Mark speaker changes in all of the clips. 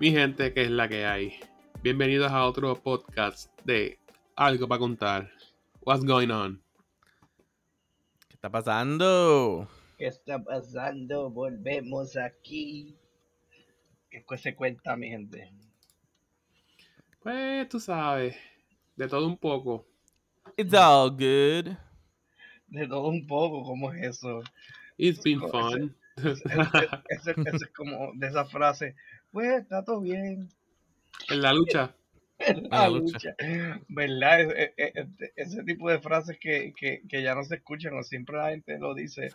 Speaker 1: Mi gente, que es la que hay. Bienvenidos a otro podcast de Algo para contar. What's going on?
Speaker 2: ¿Qué está pasando?
Speaker 3: ¿Qué está pasando? Volvemos aquí. ¿Qué cu- se cuenta, mi gente?
Speaker 1: Pues tú sabes, de todo un poco.
Speaker 2: It's all good.
Speaker 3: De todo un poco, ¿cómo es eso?
Speaker 1: It's been
Speaker 3: Como
Speaker 1: fun.
Speaker 3: Es- es- es- es- es como de esa frase, pues está todo bien.
Speaker 1: en la lucha.
Speaker 3: La
Speaker 2: la lucha.
Speaker 3: lucha. ¿Verdad? Es- es- es- es- ese tipo de frases que, que, que ya no se escuchan o siempre la gente lo dice.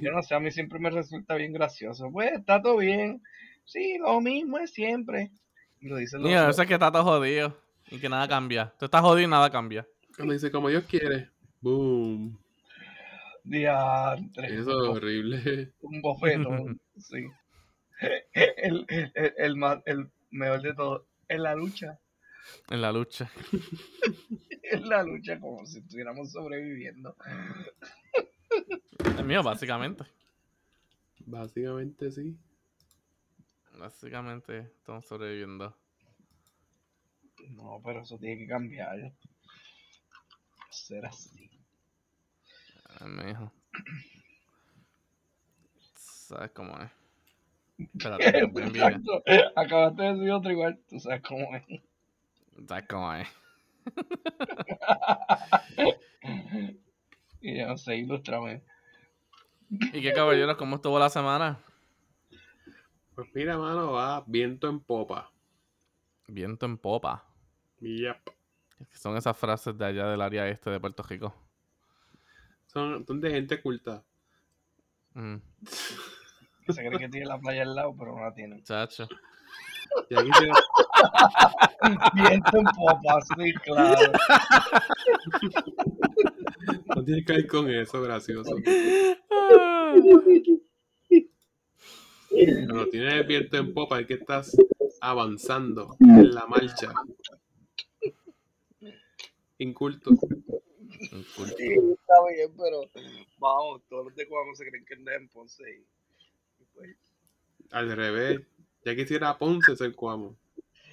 Speaker 3: Yo no sé, a mí siempre me resulta bien gracioso. Pues está todo bien. Sí, lo mismo es siempre. Y lo dicen los
Speaker 2: Mira, eso es que está todo jodido. Y que nada cambia. Tú estás jodido y nada cambia.
Speaker 1: Cuando dice como Dios quiere. Boom.
Speaker 3: diantres.
Speaker 1: Eso es horrible.
Speaker 3: un bofetón, sí. El, el, el más- el mejor de todo es la lucha.
Speaker 2: En la lucha.
Speaker 3: Es la lucha como si estuviéramos sobreviviendo.
Speaker 2: Es mío, básicamente.
Speaker 1: Básicamente sí.
Speaker 2: Básicamente estamos sobreviviendo.
Speaker 3: No, pero eso tiene que cambiar. Ser así.
Speaker 2: Ay, mijo. ¿Sabes cómo es? Espérate, que me envíe.
Speaker 3: Exacto. Acabaste de decir otro igual, tú sabes cómo es.
Speaker 2: ¿Sabes cómo es?
Speaker 3: Y ya no sé, ilustrame.
Speaker 2: ¿Y qué caballeros? ¿Cómo estuvo la semana?
Speaker 1: Pues mira, mano, va viento en popa.
Speaker 2: Viento en popa.
Speaker 1: Yep.
Speaker 2: Son esas frases de allá del área este de Puerto Rico.
Speaker 1: Son, son de gente culta.
Speaker 2: Mm,
Speaker 3: Que se cree que tiene la playa al lado, pero no la tiene.
Speaker 2: chacho.
Speaker 1: Y aquí se-
Speaker 3: Viento en popa, sí, claro.
Speaker 1: no tienes que ir con eso, gracioso.
Speaker 2: Ah.
Speaker 1: Cuando tienes el viento en popa es que estás avanzando en la marcha. Inculto.
Speaker 2: Incul-
Speaker 3: Sí, está bien, pero vamos, todos los de Cuamo se creen que andan en Ponce y, y pues,
Speaker 1: Al revés. Ya quisiera Ponce ser Cuamo.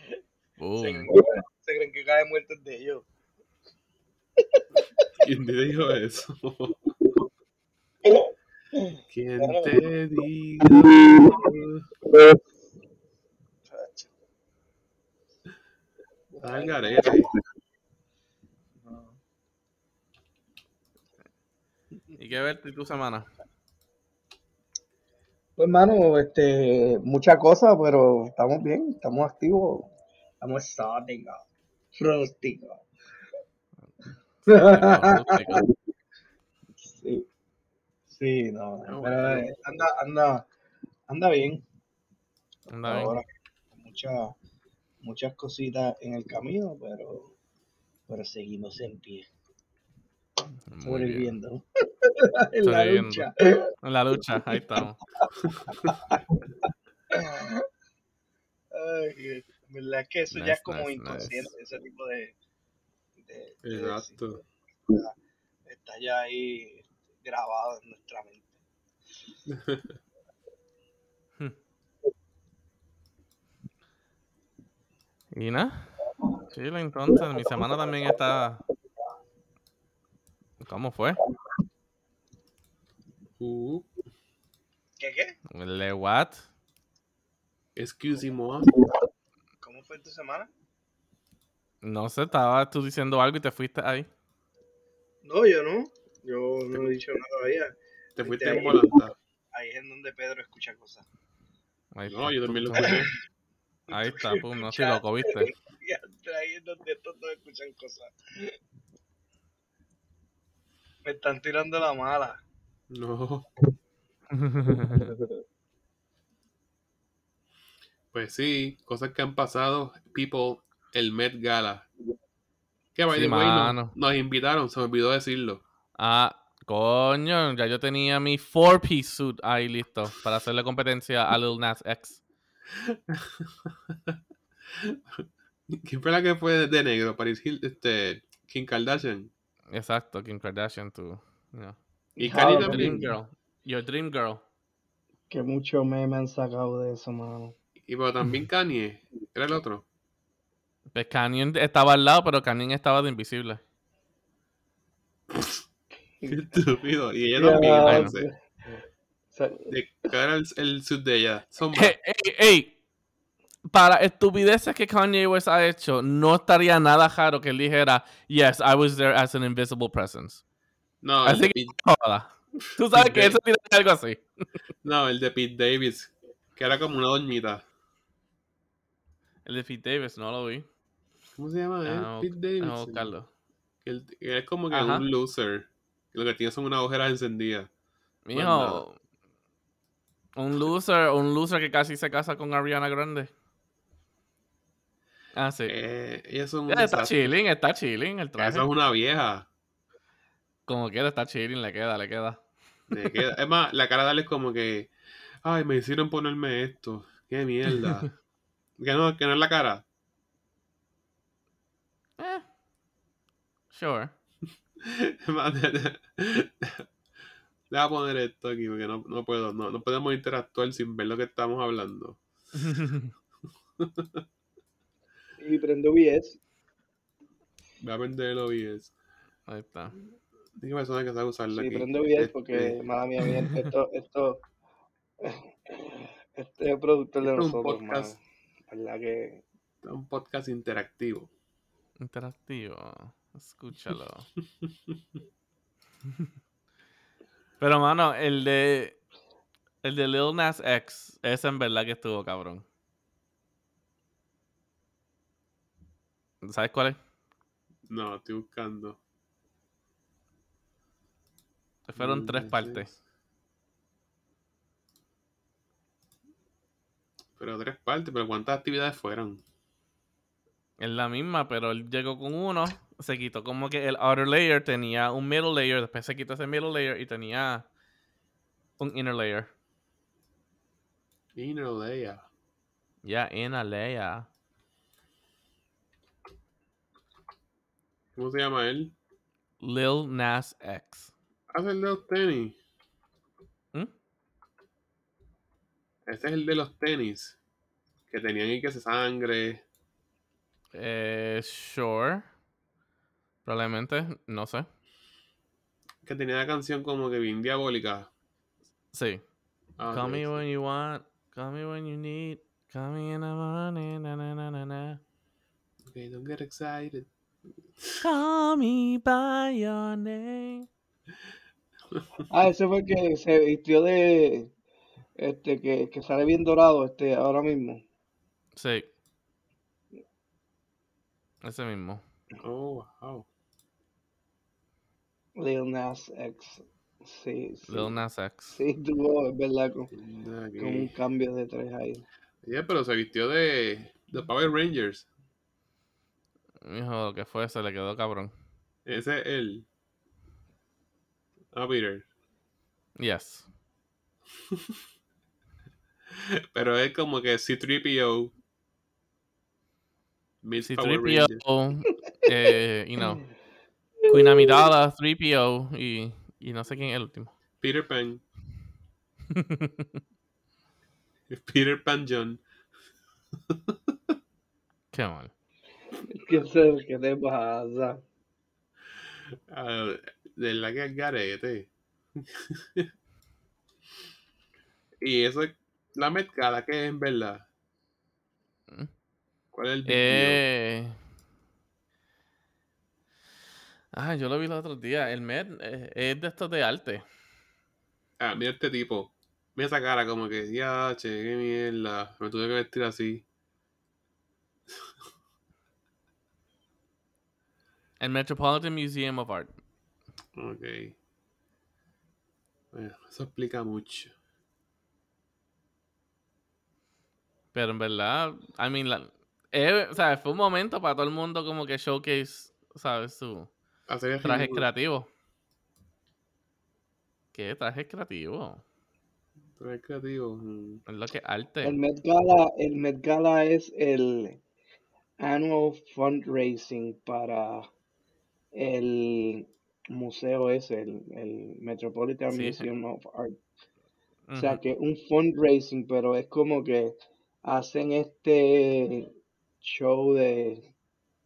Speaker 3: se,
Speaker 2: Boom.
Speaker 3: creen que, se creen que cae muerto el de ellos.
Speaker 1: ¿Quién te dijo eso? ¿Quién te dijo?
Speaker 3: chacho.
Speaker 1: Al garete.
Speaker 3: No.
Speaker 2: ¿Y qué verte tu semana?
Speaker 3: Pues hermano, este, mucha cosa, pero estamos bien, estamos activos. Estamos exóticos, frústicos. Sí. Sí, no.
Speaker 1: Ah, bueno.
Speaker 3: pero, eh, anda, anda, anda bien.
Speaker 2: Anda bien.
Speaker 3: ahora muchas muchas cositas en el camino pero pero seguimos en pie
Speaker 2: Muy bien.
Speaker 3: sobreviviendo en la
Speaker 2: Sobreviviendo.
Speaker 3: lucha
Speaker 2: En la lucha, ahí estamos.
Speaker 3: Ay, eh, verdad que eso ya
Speaker 2: Nice,
Speaker 3: es como
Speaker 2: nice,
Speaker 3: inconsciente ese tipo de, de, de-
Speaker 1: Exacto.
Speaker 3: está ya ahí grabado en nuestra mente
Speaker 2: Y nada. Chile, entonces. Mi semana también está. ¿Cómo fue?
Speaker 1: Uh,
Speaker 3: ¿qué qué?
Speaker 2: ¿Le what?
Speaker 1: excuse me.
Speaker 3: ¿cómo fue tu semana?
Speaker 2: No sé, estaba tú diciendo algo y te fuiste ahí.
Speaker 3: no yo no yo no he dicho nada todavía
Speaker 1: Te fuiste en volanta.
Speaker 3: ahí es en donde Pedro escucha cosas
Speaker 2: Ahí
Speaker 1: No,
Speaker 2: está,
Speaker 1: yo también lo
Speaker 2: pum, pum.
Speaker 1: escuché.
Speaker 2: Ahí está, pum, no estoy loco, ¿viste?
Speaker 3: y ahí es donde estos dos escuchan cosas me están tirando la mala
Speaker 1: No. Pues sí, cosas que han pasado, people, el Met Gala. Que by
Speaker 2: Sí,
Speaker 1: the way, nos-
Speaker 2: mano.
Speaker 1: nos invitaron, se me olvidó decirlo.
Speaker 2: Ah, coño, ya yo tenía mi four piece suit ahí listo para hacerle competencia a Lil Nas X.
Speaker 1: ¿Quién fue la que fue de negro? Paris Hill, este, Kim Kardashian.
Speaker 2: Exacto, Kim Kardashian, tú. yeah.
Speaker 1: Y
Speaker 3: Ah,
Speaker 1: Kylie
Speaker 3: ok.
Speaker 2: Dream
Speaker 1: también.
Speaker 2: Girl. Your Dream Girl.
Speaker 3: Que mucho meme han sacado de eso, mano.
Speaker 1: Y pero también Kanye, era el otro.
Speaker 2: Pues Canyon estaba al lado, pero Canyon estaba de invisible.
Speaker 1: Qué estúpido. Y ella
Speaker 3: Ya,
Speaker 1: también,
Speaker 3: bueno.
Speaker 1: entonces.
Speaker 3: sea,
Speaker 1: De cara el, el suit de ella. Sombra.
Speaker 2: Ey, ey, ey. Para estupideces que Kanye West ha hecho, no estaría nada raro que él dijera, yes, I was there as an invisible presence.
Speaker 1: No, el
Speaker 2: Así
Speaker 1: de,
Speaker 2: que-
Speaker 1: Pete,
Speaker 2: Joda. Tú sabes que eso tiene algo así.
Speaker 1: no, el de Pete Davis, que era como una doñita.
Speaker 2: El de Pete Davis, no lo vi.
Speaker 1: ¿Cómo se llama? él?
Speaker 2: Ah,
Speaker 1: Pete
Speaker 2: Vamos
Speaker 1: Davis.
Speaker 2: a buscarlo.
Speaker 1: Que él, que es como que
Speaker 2: Ajá.
Speaker 1: un loser. Que lo que tiene son unas ojeras encendidas. Pues
Speaker 2: Mijo, un loser, un loser que casi se casa con Ariana Grande. Ah, sí.
Speaker 1: Eh, ellas son un
Speaker 2: Eh, está
Speaker 1: desastre.
Speaker 2: chilling, está chilling el traje.
Speaker 1: Esa es una vieja.
Speaker 2: Como quiera, está chilling, le queda, le queda.
Speaker 1: Le queda- Es más, la cara de él es como que. Ay, me hicieron ponerme esto. Qué mierda. que, no, que no es la cara.
Speaker 2: Eh, sure.
Speaker 1: Es más, de- de- Le voy a poner esto aquí porque no, no puedo. No, no podemos interactuar sin ver lo que estamos hablando.
Speaker 3: y prende OBS.
Speaker 1: Voy a prender el OBS.
Speaker 2: Ahí está.
Speaker 1: Dije persona que sabe usarla
Speaker 3: Sí,
Speaker 1: aquí.
Speaker 3: prende OBS
Speaker 1: Este,
Speaker 3: porque, mala mía, mía, esto, esto, este es productor de
Speaker 1: Esto es un
Speaker 3: nosotros, mano.
Speaker 1: podcast.
Speaker 3: ¿Verdad que?
Speaker 1: es un podcast interactivo.
Speaker 2: Interactivo. Escúchalo. Pero, mano, el de. El de Lil Nas X. Ese en verdad que estuvo cabrón. ¿Sabes cuál es?
Speaker 1: No, estoy buscando.
Speaker 2: Fueron
Speaker 1: Mm,
Speaker 2: tres
Speaker 1: así
Speaker 2: partes.
Speaker 1: es. Pero tres partes, pero ¿cuántas actividades fueron?
Speaker 2: Es la misma, pero él llegó con uno. Se quitó como que el outer layer tenía un middle layer. Después se quitó ese middle layer y tenía un inner layer.
Speaker 1: Inner layer.
Speaker 2: Ya, inner layer.
Speaker 1: ¿Cómo se llama él?
Speaker 2: Lil Nas X.
Speaker 1: Hace el de los tenis.
Speaker 2: ¿Mm?
Speaker 1: Este es el de los tenis. Que tenían y que se sangre.
Speaker 2: Eh, sure. Probablemente, no sé.
Speaker 1: Que tenía una canción como que bien diabólica.
Speaker 2: Sí.
Speaker 1: Ah,
Speaker 2: call
Speaker 1: sí,
Speaker 2: me
Speaker 1: sí.
Speaker 2: when you want, call me when you need, call me in the morning, na na na na na.
Speaker 1: Okay, don't get excited.
Speaker 2: Call me by your name.
Speaker 3: Ah, ese fue el que se vistió de, este, que, que sale bien dorado, este, ahora mismo.
Speaker 2: Sí. Ese mismo.
Speaker 1: Oh, wow.
Speaker 3: Lil Nas X. Sí, sí.
Speaker 2: Lil Nas X.
Speaker 3: Sí, tuvo, es verdad, con,
Speaker 1: Anda aquí.
Speaker 3: con un cambio de tres ahí.
Speaker 1: Oye, pero se vistió de, de Power Rangers.
Speaker 2: Hijo, lo que fue, se le quedó cabrón.
Speaker 1: Ese es él. Ah, Peter.
Speaker 2: Yes.
Speaker 1: Pero es como que C3PO. Meets
Speaker 2: Si
Speaker 1: Power Rangers.
Speaker 2: 3PO, eh, you know, Queen Amidala, 3PO y, y no sé quién es el último.
Speaker 1: Peter Pan. Peter Pan John.
Speaker 2: Qué mal.
Speaker 3: ¿Qué, se- qué te pasa?
Speaker 1: Ah, de la que al garete. y eso es la mezcala que es en verdad.
Speaker 2: Mm.
Speaker 1: ¿Cuál es el big deal?
Speaker 2: Eh... Ah, yo lo vi los otros días. El Med eh, es de estos de arte.
Speaker 1: Ah, mira este tipo. Mira esa cara como que, ya, che, qué mierda. Me tuve que vestir así.
Speaker 2: El Metropolitan Museum of Art.
Speaker 1: Ok. Bueno, eso explica mucho.
Speaker 2: Pero en verdad, I mean, la- eh, o sea, fue un momento para todo el mundo como que showcase, ¿sabes? Su
Speaker 1: Hacer el
Speaker 2: traje
Speaker 1: ridículo.
Speaker 2: creativo. ¿Qué? Traje creativo.
Speaker 1: Traje creativo. mm.
Speaker 2: Es lo que es
Speaker 3: El
Speaker 2: arte.
Speaker 3: Met Gala, el Met Gala es el annual fundraising para el museo ese, el, el Metropolitan
Speaker 2: Sí.
Speaker 3: Museum of Art. O sea
Speaker 2: Ujú.
Speaker 3: que un fundraising, pero es como que hacen este show de,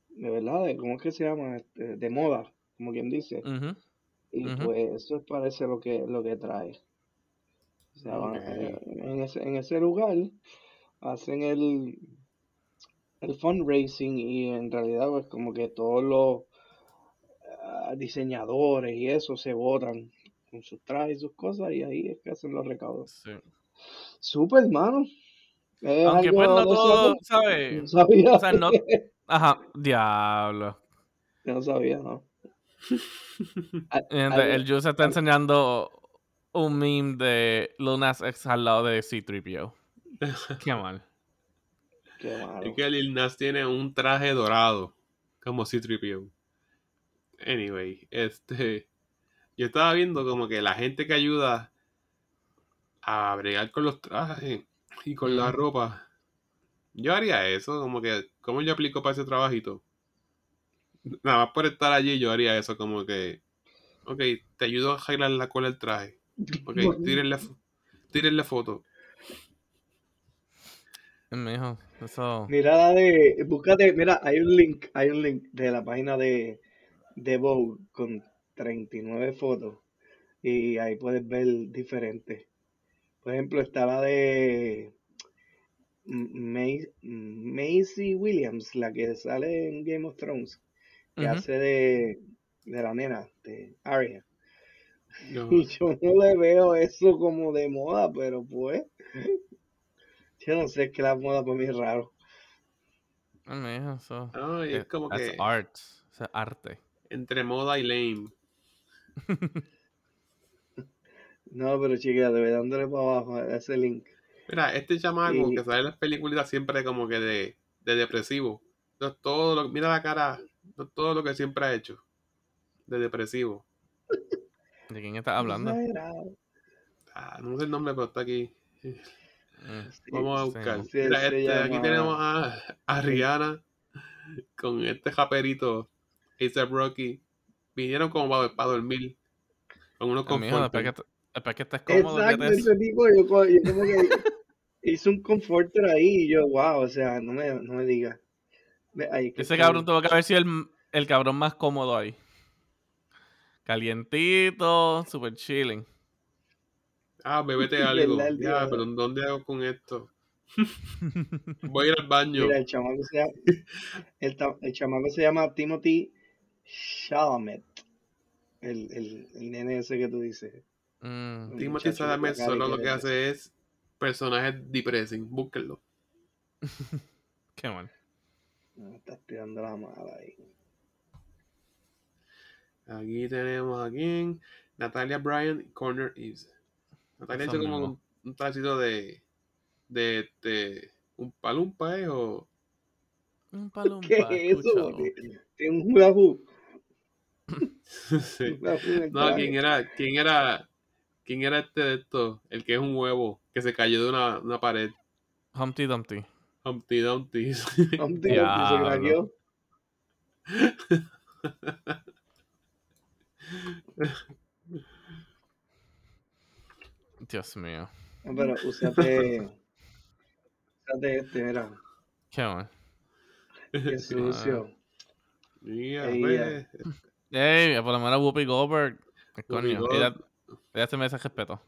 Speaker 3: de verdad, de, ¿cómo es que se llama? Este, de moda, como quien dice.
Speaker 2: Ujú.
Speaker 3: Y
Speaker 2: Ujú.
Speaker 3: pues eso parece lo que, lo que trae. O sea, van-
Speaker 1: Ok.
Speaker 3: eh, en ese, en ese lugar hacen el, el fundraising y en realidad pues como que todos los ah, diseñadores y eso se votan con sus trajes y sus cosas y ahí es que hacen los recaudos.
Speaker 2: Sí.
Speaker 3: Super, hermano. Es
Speaker 2: Aunque pues
Speaker 3: algo
Speaker 2: no
Speaker 3: de eso
Speaker 2: todo,
Speaker 3: no-
Speaker 2: ¿sabes?
Speaker 3: no sabía.
Speaker 2: O sea, no... Ajá, diablo.
Speaker 3: Yo no sabía, ¿no? Al-
Speaker 2: Entonces,
Speaker 3: algo-
Speaker 2: el Juice está
Speaker 3: al-
Speaker 2: enseñando un meme de Lunas X al lado de C-3PO. Qué mal.
Speaker 3: qué
Speaker 1: Es
Speaker 3: malo.
Speaker 1: que Lil Nas tiene un traje dorado, como C-3PO. Anyway, este, yo estaba viendo como que la gente que ayuda a bregar con los trajes y con la
Speaker 2: Ujú.
Speaker 1: ropa, yo haría eso, como que, ¿cómo yo aplico para ese trabajito? Nada más por estar allí yo haría eso, como que, ok, te ayudo a arreglar la cola del traje. Ok, tírenle, fo- tírenle foto.
Speaker 2: Mijo, eso...
Speaker 3: Mira la de, búscate, mira, hay un link, hay un link de la página de, de Vogue con 39 fotos y ahí puedes ver diferentes. Por ejemplo, está la de M- Mace- Maisie Williams, la que sale en Game of Thrones, que
Speaker 2: Ujú.
Speaker 3: hace de, de la nena, de Arya.
Speaker 1: Yo,
Speaker 3: Y yo no le veo eso como de moda, pero pues, yo no sé, es que la moda para mí es raro.
Speaker 2: Ay, mijo, eso...
Speaker 1: no, y es
Speaker 2: eh,
Speaker 1: como
Speaker 2: That's
Speaker 1: que
Speaker 2: art. Eso es arte.
Speaker 1: entre moda y lame.
Speaker 3: No, pero chica, de verdad, dándole para abajo a ese link.
Speaker 1: Mira, este chamaco que
Speaker 3: Y
Speaker 1: sale en las películas siempre como que de, de depresivo. No es todo lo- mira la cara, no es todo lo que siempre ha hecho, de depresivo.
Speaker 2: ¿De quién estás hablando?
Speaker 3: exagerado.
Speaker 1: Ah, no sé el nombre, pero está aquí.
Speaker 2: Mm,
Speaker 3: Sí,
Speaker 1: Vamos a
Speaker 2: sí,
Speaker 1: buscar.
Speaker 2: man.
Speaker 3: se,
Speaker 1: Mira,
Speaker 3: se
Speaker 1: este, aquí tenemos
Speaker 3: llama.
Speaker 1: a, a
Speaker 3: el-
Speaker 1: Rihanna con este japerito, A$AP Rocky. Vinieron como para, para dormir, con unos
Speaker 2: Ay, Ah, mijo, después que,
Speaker 1: conforters.
Speaker 2: te- después que estés cómodo, olvídate
Speaker 3: Exacto,
Speaker 2: de eso.
Speaker 3: ese tipo, yo, co- yo como que hice un comforter ahí y yo, wow, o sea, no me, no me digas. Ve, Ay, que
Speaker 2: Ese
Speaker 3: estoy.
Speaker 2: cabrón tuvo que haber sido el, m- el cabrón más cómodo ahí. Calientito, super chilling.
Speaker 1: Ah, bebete
Speaker 3: ¿Verdad?
Speaker 1: algo.
Speaker 3: El
Speaker 1: Ya, pero
Speaker 3: tipo.
Speaker 1: ¿dónde hago con esto? Voy a ir al baño.
Speaker 3: Mira, el chamaco se llama, el, ta- el chamaco se llama Timothy Chalamet. El, el, el nene ese que tú dices.
Speaker 2: Mm,
Speaker 3: El
Speaker 1: Timothy
Speaker 3: muchacho con la
Speaker 1: Chalamet
Speaker 3: cara y
Speaker 1: solo
Speaker 3: que
Speaker 1: lo que
Speaker 3: depresión.
Speaker 1: hace es personajes depressing, búsquenlo.
Speaker 2: qué mal.
Speaker 3: No, estás tirando la mala ahí.
Speaker 1: Aquí tenemos a quién, Natalia Bryan y Corner Eves. Natalia
Speaker 2: Eso
Speaker 1: hizo como
Speaker 2: mismo.
Speaker 1: un, un tracito de, de, de un palumpa, ¿eh? O,
Speaker 2: Un
Speaker 3: ¿Qué
Speaker 2: palumpa,
Speaker 3: es eso?
Speaker 2: escúchalo.
Speaker 3: Tiene tiene un hula hoop.
Speaker 1: Sí.
Speaker 3: Un hula hoop en el
Speaker 1: No, ¿quién
Speaker 3: traje.
Speaker 1: era? ¿Quién era? ¿Quién era este de esto? El que es un huevo, que se cayó de una, una pared.
Speaker 2: Humpty Dumpty.
Speaker 1: Humpty Dumpty.
Speaker 3: Humpty Dumpty se
Speaker 2: Diablo.
Speaker 3: craqueó.
Speaker 2: Dios mío.
Speaker 3: No, pero úsate, úsate este, mira,
Speaker 2: Qué mal.
Speaker 3: qué
Speaker 2: Ah.
Speaker 3: sucio.
Speaker 1: Mira,
Speaker 3: Ey, ya.
Speaker 1: pues,
Speaker 2: Ey, por lo menos Whoopi Goldberg. ¿Qué
Speaker 1: Whoopi
Speaker 2: coño? Ella,
Speaker 1: Gold-
Speaker 2: ella se merece respeto.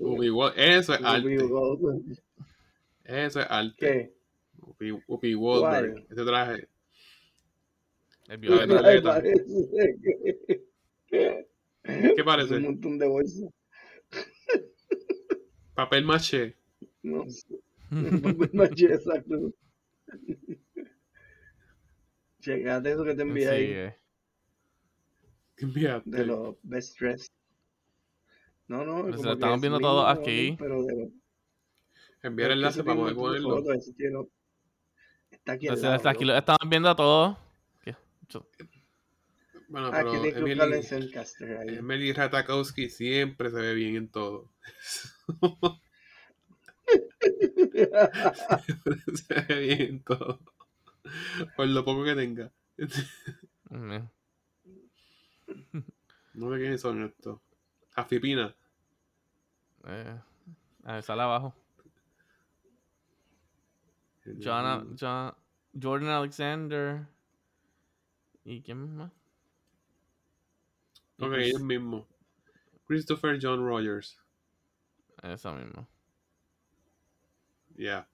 Speaker 1: Whoopi Gold- eso es
Speaker 3: Whoopi
Speaker 1: arte.
Speaker 3: Goldberg.
Speaker 1: Eso es arte.
Speaker 3: ¿Qué?
Speaker 1: Whoopi Whoopi Goldberg,
Speaker 3: ¿Cuál?
Speaker 1: ese traje,
Speaker 2: Es
Speaker 1: la
Speaker 3: Ay,
Speaker 2: violeta.
Speaker 1: violeta.
Speaker 3: parece que-
Speaker 1: ¿Qué
Speaker 3: Parece un
Speaker 1: parece?
Speaker 3: montón de bolsas.
Speaker 1: Papel maché.
Speaker 3: No sé. Papel maché, exacto. Checate eso que te
Speaker 2: ¿Quién
Speaker 3: envié ahí
Speaker 2: sigue?
Speaker 1: ¿Qué
Speaker 3: de
Speaker 1: enviaste?
Speaker 3: los best dress. No, no,
Speaker 2: Pues lo
Speaker 3: como que
Speaker 2: estamos
Speaker 3: es el
Speaker 2: viendo todos
Speaker 3: mismo link,
Speaker 2: aquí.
Speaker 3: pero de los.
Speaker 1: Enviar
Speaker 3: Pero es que
Speaker 1: enlace
Speaker 3: eso tiene
Speaker 1: para
Speaker 3: un
Speaker 1: poder
Speaker 3: montón de
Speaker 1: ponerlo.
Speaker 3: fotos. Eso tiene, está aquí al
Speaker 2: Entonces
Speaker 3: lado,
Speaker 2: hasta aquí lo
Speaker 3: loco.
Speaker 2: estamos viendo a todos. ¿Qué? Chu-
Speaker 1: Bueno,
Speaker 3: Ah, que
Speaker 1: pero
Speaker 3: tienes que buscarlo en
Speaker 1: Emily,
Speaker 3: Zencaster ahí.
Speaker 1: Emily Ratakowski siempre se ve bien en todo. se ve bien en todo. Por lo poco que tenga.
Speaker 2: Mm,
Speaker 1: No sé quiénes son estos. Afipina.
Speaker 2: eh, a ver, sale abajo. John, A-
Speaker 1: Mm.
Speaker 2: John- Jordan Alexander. ¿Y quién más? Y
Speaker 1: Ok,
Speaker 2: Chris-
Speaker 1: ellos mismos. Christopher John Rogers.
Speaker 2: Eso mismo.
Speaker 1: Yeah.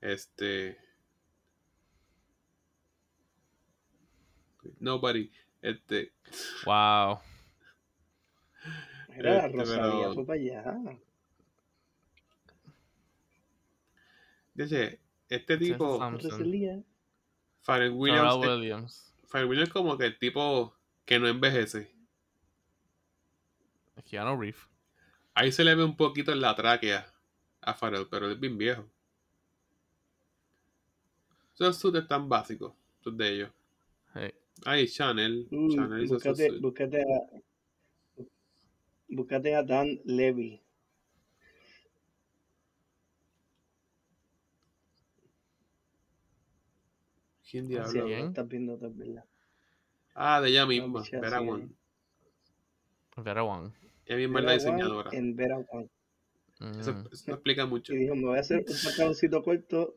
Speaker 1: Este. Nobody. Este.
Speaker 2: Wow.
Speaker 3: Mira,
Speaker 1: Este,
Speaker 3: Rosalía
Speaker 1: pero-
Speaker 3: fue para allá.
Speaker 1: Dice, este
Speaker 2: Tessa
Speaker 1: tipo.
Speaker 2: Thompson.
Speaker 3: Rosalía.
Speaker 1: Pharrell Williams. eh.
Speaker 2: Pharrell Williams.
Speaker 1: Pharrell Williams es como que el tipo que no envejece.
Speaker 2: Keanu Reeves.
Speaker 1: Ahí se le ve un poquito en la tráquea a Pharrell, pero él es bien viejo. Esos suits están básicos, esos de ellos.
Speaker 2: Hey.
Speaker 1: Ay, Chanel. Chanel
Speaker 3: Mm,
Speaker 1: hizo eh, esos
Speaker 3: búscate,
Speaker 1: suits.
Speaker 3: búscate a. Búscate a Dan Levy.
Speaker 1: ¿Quién
Speaker 3: Si
Speaker 1: diablo?
Speaker 3: algo
Speaker 2: ¿Quién?
Speaker 3: estás viendo tú, es verdad.
Speaker 1: Ah, de ella misma,
Speaker 3: Michelle,
Speaker 1: Vera
Speaker 3: sí,
Speaker 1: Wang.
Speaker 2: Vera Wang.
Speaker 1: Ella misma es la
Speaker 3: Vera Wang
Speaker 1: diseñadora.
Speaker 3: En Vera Wang.
Speaker 2: Mm.
Speaker 1: Eso, eso no explica mucho.
Speaker 3: Y dijo, me voy a hacer un pantaloncito corto.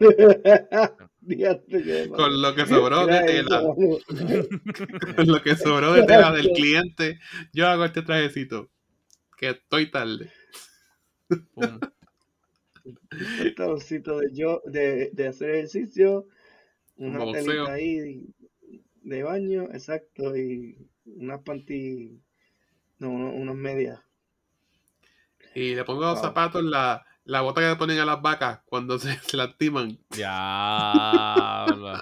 Speaker 3: Diantre, qué de
Speaker 1: Con
Speaker 3: madre.
Speaker 1: lo que sobró de
Speaker 3: Mira
Speaker 1: tela,
Speaker 3: eso, vamos.
Speaker 1: con lo que sobró de tela del cliente, yo hago este trajecito. Que estoy tarde.
Speaker 2: Pum.
Speaker 3: Un pantaloncito de, yo, de, de hacer ejercicio. Una
Speaker 1: Boxeo.
Speaker 3: telita ahí de baño, exacto. Y unas panty. No, uno- unas medias.
Speaker 1: Y le pongo los
Speaker 3: Wow.
Speaker 1: zapatos, la, la bota que le ponen a las vacas cuando se, se lastiman.
Speaker 2: Diablo.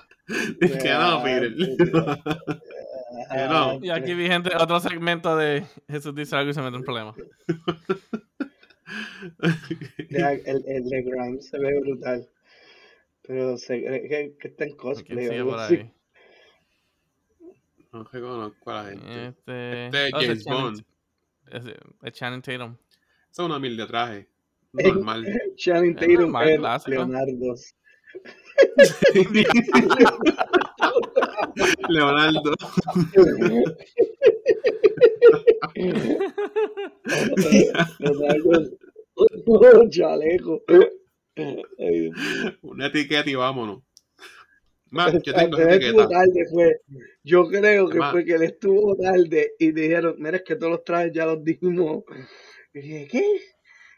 Speaker 1: que no, Peter. Que no.
Speaker 2: Y aquí vi gente, otro segmento de Jesús dice algo y se mete en problemas.
Speaker 3: Ya, el, el de Grimes se ve brutal. Pero se cree que, que está en
Speaker 2: ¿Quién
Speaker 3: cosplay o
Speaker 2: sigue
Speaker 3: algo
Speaker 2: por
Speaker 3: así.
Speaker 2: ahí?
Speaker 1: no reconozco a la gente.
Speaker 2: Este.
Speaker 1: Este es
Speaker 2: oh, ese
Speaker 1: James
Speaker 2: Channing-
Speaker 1: Bond.
Speaker 2: ese- Es Channing Tatum.
Speaker 1: Eso es una mil de traje. Normal.
Speaker 3: Shannon
Speaker 2: Es
Speaker 3: Tatum
Speaker 2: normal,
Speaker 3: es
Speaker 2: clásico.
Speaker 3: Leonardo.
Speaker 1: Leonardo.
Speaker 3: Leonardo. un chaleco. Ay, Dios mío.
Speaker 1: Una etiqueta y vámonos. Más, Ah, yo tengo
Speaker 3: Pero
Speaker 1: esa
Speaker 3: él estuvo
Speaker 1: etiqueta.
Speaker 3: tarde, fue. Yo creo que
Speaker 1: Además-
Speaker 3: fue que él estuvo tarde y dijeron, mira, es que todos los trajes ya los dimos. Y dije, ¿qué?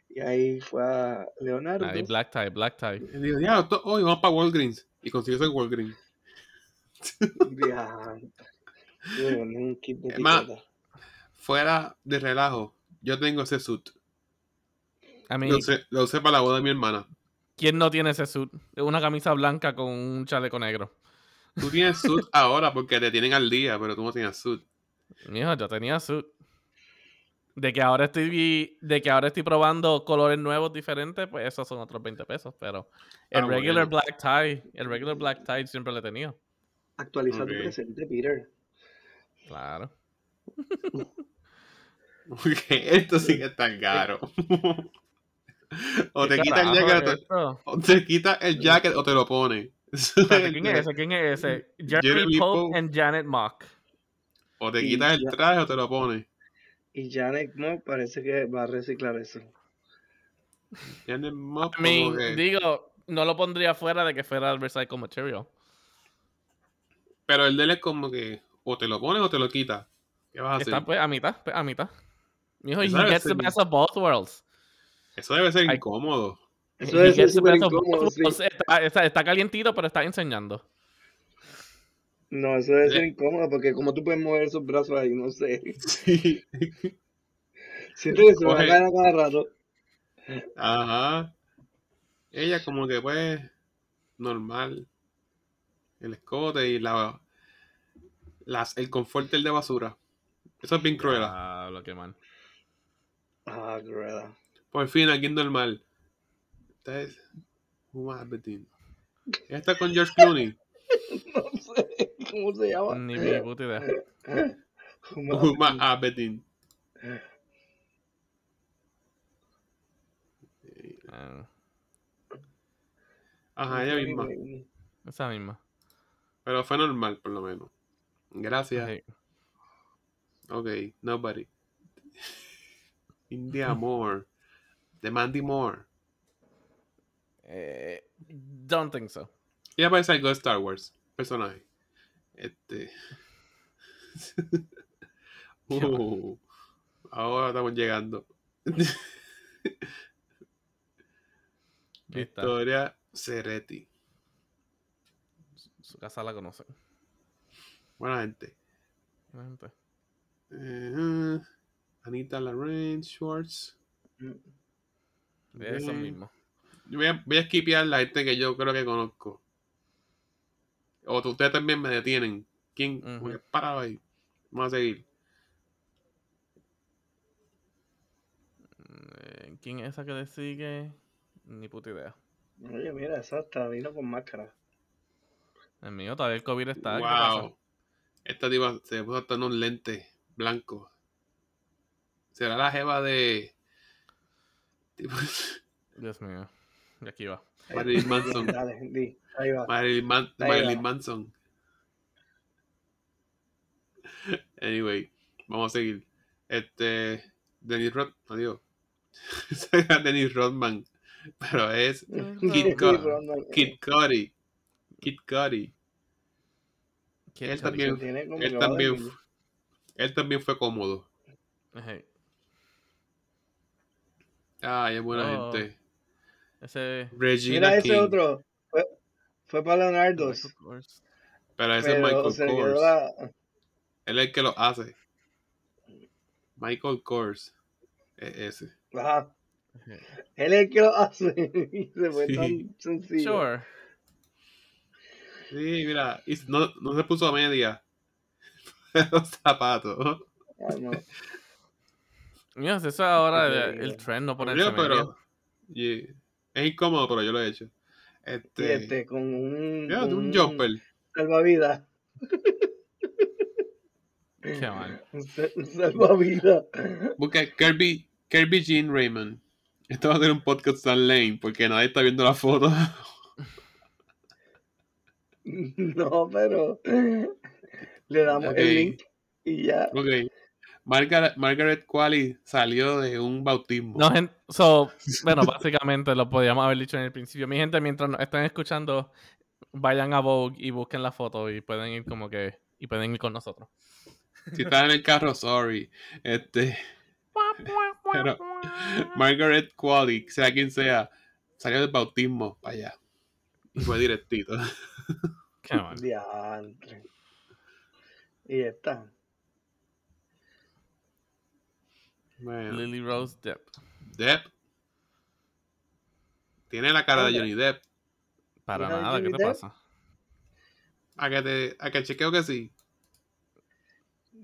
Speaker 3: Y ahí fue a Leonardo.
Speaker 2: Ahí, black tie, black tie.
Speaker 1: Y digo, ya, esto- hoy vamos para Walgreens. Y consigues en Walgreens.
Speaker 3: Diantre. Yo, ni "Ah, un kit de
Speaker 1: Es más,
Speaker 3: etiqueta.
Speaker 1: Fuera de relajo, yo tengo ese suit.
Speaker 2: A mí,
Speaker 1: Lo usé, lo usé para la boda de mi hermana.
Speaker 2: ¿quién no tiene ese suit? Una camisa blanca con un chaleco negro.
Speaker 1: Tú tienes suit ahora porque te tienen al día, pero tú no tienes suit.
Speaker 2: Mijo, yo tenía suit. De que ahora estoy de que ahora estoy probando colores nuevos diferentes, pues esos son otros 20 pesos, pero el
Speaker 1: Ah,
Speaker 2: regular
Speaker 1: bueno.
Speaker 2: black tie, el regular black tie siempre lo he tenido.
Speaker 3: Actualiza
Speaker 1: Ok.
Speaker 3: tu presente, Peter.
Speaker 2: Claro.
Speaker 1: Porque esto sí que está caro. o
Speaker 2: ¿Qué
Speaker 1: te quita el
Speaker 2: carajo eh.
Speaker 1: jacket o
Speaker 2: es
Speaker 1: te,
Speaker 2: esto?
Speaker 1: o te quita el jacket o te lo pone.
Speaker 2: Espérate, ¿Quién es ese? ¿Quién es ese? Jeremy,
Speaker 1: Jeremy Pope.
Speaker 2: Pope and Janet Mock.
Speaker 1: O te quitas el traje o te lo pone.
Speaker 3: Y Janet Mock parece que va a reciclar eso.
Speaker 1: Ya no es más
Speaker 2: I mean,
Speaker 1: como que-
Speaker 2: digo, no lo pondría fuera de que fuera el recycle material.
Speaker 1: Pero el de él es como que o te lo pones o te lo quitas. ¿Qué vas a hacer?
Speaker 2: Está pues a mitad, pues, a mitad. Mijo, he
Speaker 1: Exacto,
Speaker 2: gets the
Speaker 1: sí.
Speaker 2: best of both worlls.
Speaker 1: Eso debe ser
Speaker 2: Ay.
Speaker 1: incómodo.
Speaker 3: Eso
Speaker 2: He
Speaker 3: debe ser
Speaker 2: gets the
Speaker 3: súper
Speaker 2: best of both
Speaker 3: incómodo, sí.
Speaker 2: worlds. Está, está- está calientito, pero está enseñando.
Speaker 3: No, eso debe
Speaker 1: Sí.
Speaker 3: ser incómodo porque como tú puedes mover esos brazos ahí, no sé.
Speaker 1: Sí.
Speaker 3: Siento que se me va a
Speaker 1: Coge.
Speaker 3: caer a cada rato.
Speaker 1: Ajá. Ella como que pues normal. El escote y la las el confort del de basura. Eso es bien cruel.
Speaker 2: Ah, lo que mal.
Speaker 3: Ah, qué verdad.
Speaker 1: Por fin aquí es normal. Esta es Uma Abedin. Ella está con George Clooney.
Speaker 3: No sé cómo se llama.
Speaker 2: Ni mi puta idea.
Speaker 1: Uma Abedin.
Speaker 2: Ah,
Speaker 1: Ajá, ella misma.
Speaker 2: esa misma.
Speaker 1: Pero fue normal por lo menos. Gracias.
Speaker 2: Sí.
Speaker 1: Ok, nobody. India Moore. De Mandy Moore.
Speaker 2: Eh, don't think so.
Speaker 1: Y aparece algo de Star Wars, personaje. Este. Uh, ahora estamos llegando.
Speaker 2: Ahí está.
Speaker 1: Victoria Ceretti.
Speaker 2: Su casa la conocen.
Speaker 1: Buena gente.
Speaker 2: La gente.
Speaker 1: Eh, Anita Lorraine Schwartz.
Speaker 2: De eso
Speaker 1: Bien.
Speaker 2: mismo.
Speaker 1: Yo voy a, voy a skipear la gente que yo creo que conozco. O tú- ustedes también me detienen. ¿Quién?
Speaker 2: Ujú.
Speaker 1: Porque parado ahí. Vamos a seguir.
Speaker 2: Eh, ¿Quién es esa que le sigue? Ni puta idea.
Speaker 3: Oye, mira, esa hasta vino con máscara.
Speaker 2: El mío todavía el COVID está. ¿qué pasa?
Speaker 1: wow. Esta diva se puso hasta unos lentes blancos. Será la jeva de. Tipo,
Speaker 2: Dios mío. Y aquí va.
Speaker 1: Marilyn Manson.
Speaker 3: Dale, di, ahí va.
Speaker 1: Marilyn, Man-
Speaker 3: Ahí
Speaker 1: Marilyn
Speaker 3: va.
Speaker 1: Manson. Anyway, vamos a seguir. Este. Dennis Rod. Adiós. Ese era Dennis Rodman. Pero es Kid,
Speaker 3: Sí,
Speaker 1: Co-
Speaker 3: Brandon, eh,
Speaker 1: Kid Cudi. Kid Cudi.
Speaker 2: ¿Quién
Speaker 1: Él
Speaker 2: es esa
Speaker 1: también.
Speaker 2: bicha?
Speaker 3: tiene como
Speaker 1: Él
Speaker 3: que va
Speaker 1: también,
Speaker 3: de-
Speaker 1: fu- él también fue cómodo.
Speaker 2: Ejé,
Speaker 1: Ay, es buena
Speaker 2: Oh.
Speaker 1: gente.
Speaker 2: Ese.
Speaker 1: Regina
Speaker 3: Mira,
Speaker 1: King.
Speaker 3: ese otro. Fue, fue para Leonardo.
Speaker 2: Michael Kors.
Speaker 1: Pero ese es
Speaker 3: Pero
Speaker 1: Michael
Speaker 3: se le quedó
Speaker 1: Kors.
Speaker 3: la-
Speaker 1: Él es el que lo hace. Michael Kors. Es ese.
Speaker 3: Ajá.
Speaker 2: Ejé.
Speaker 3: Él es el que lo hace. Y se fue
Speaker 1: Sí.
Speaker 3: tan sencillo.
Speaker 2: Sure.
Speaker 1: Sí, mira. y no, no se puso media. Los zapatos.
Speaker 3: Ah, no.
Speaker 2: Mira, eso es ahora
Speaker 3: Qué
Speaker 2: el, el
Speaker 3: increíble.
Speaker 2: trend, no ponerse
Speaker 1: Yo,
Speaker 2: media.
Speaker 1: pero. yeah, Es incómodo, pero yo lo he hecho.
Speaker 3: Y
Speaker 1: Este.
Speaker 3: este, con un,
Speaker 1: mira,
Speaker 3: con
Speaker 1: un jumper.
Speaker 3: salvavidas.
Speaker 2: Qué mal.
Speaker 3: Un sal- un salvavidas.
Speaker 1: Busca Kirby, Kirby Jean Raymond. Esto va a ser un podcast online porque nadie está viendo la foto.
Speaker 3: No, pero le damos
Speaker 1: Ok.
Speaker 3: el link y ya.
Speaker 1: Ok. Margaret, Margaret Qualley salió de un bautismo.
Speaker 2: No, gen- so, bueno, básicamente lo podíamos haber dicho en el principio. Mi gente, mientras nos están escuchando, vayan a Vogue y busquen la foto y pueden ir como que. Y pueden ir con nosotros.
Speaker 1: Si estás en el carro, sorry. Este, pero Margaret Qualley, sea quien sea, salió del bautismo para allá. Y fue directito.
Speaker 2: Qué mal.
Speaker 3: Diantre. Y ya está.
Speaker 1: Bueno,
Speaker 2: Lily Rose Depp.
Speaker 1: Depp. Tiene la cara de
Speaker 3: Hola.
Speaker 1: Johnny Depp.
Speaker 2: Para
Speaker 3: Mira,
Speaker 2: nada, ¿qué
Speaker 3: Johnny
Speaker 2: te
Speaker 3: Depp.
Speaker 2: pasa?
Speaker 1: A que, te, a que chequeo que sí.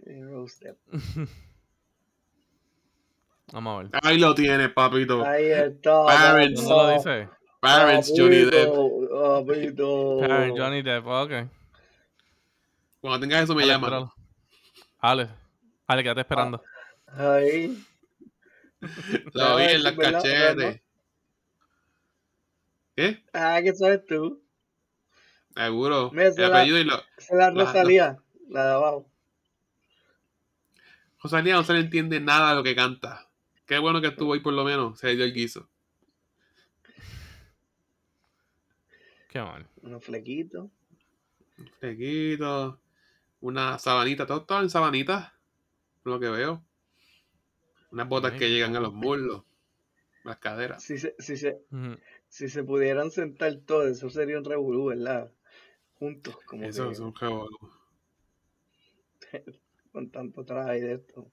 Speaker 3: Eh, Rose Depp.
Speaker 2: Vamos a ver.
Speaker 1: Ahí lo tiene, papito.
Speaker 3: Ahí está.
Speaker 1: Parents.
Speaker 2: ¿Dónde
Speaker 3: papito.
Speaker 2: lo dice?
Speaker 1: Parents, Johnny Depp.
Speaker 3: Papito, papito.
Speaker 2: Parent Johnny Depp, ok.
Speaker 1: Cuando tengas eso me
Speaker 2: Ale,
Speaker 1: llaman.
Speaker 2: espéralo. Ale, Ale, quédate esperando.
Speaker 3: Ahí.
Speaker 1: Lo vi
Speaker 3: Ah,
Speaker 1: en las
Speaker 3: es verdad, ¿verdad,
Speaker 1: cachetes.
Speaker 3: no?
Speaker 1: ¿Qué?
Speaker 3: Ah, ¿qué sabes tú?
Speaker 1: Seguro.
Speaker 3: Mira,
Speaker 1: El
Speaker 3: se la-
Speaker 1: apellido y lo.
Speaker 3: Esa es la
Speaker 1: La-
Speaker 3: Rosalía, la de abajo.
Speaker 1: Rosalía no se le entiende nada de lo que canta. Qué bueno que estuvo ahí por lo menos. Se le dio el guiso.
Speaker 2: Qué mal.
Speaker 3: Unos flequitos.
Speaker 1: Flequito. Una sabanita. Todos estaban en sabanita. Por lo que veo. Unas botas
Speaker 2: Ay,
Speaker 1: que
Speaker 2: qué
Speaker 1: llegan a los
Speaker 2: cabrón.
Speaker 1: muslos. Las caderas.
Speaker 3: Si se, si se,
Speaker 2: Ujú.
Speaker 3: si se pudieran sentar todos, eso sería un revolú, ¿verdad? Juntos, como
Speaker 1: Eso
Speaker 3: que
Speaker 1: es un revolú.
Speaker 3: con tanto traje de esto.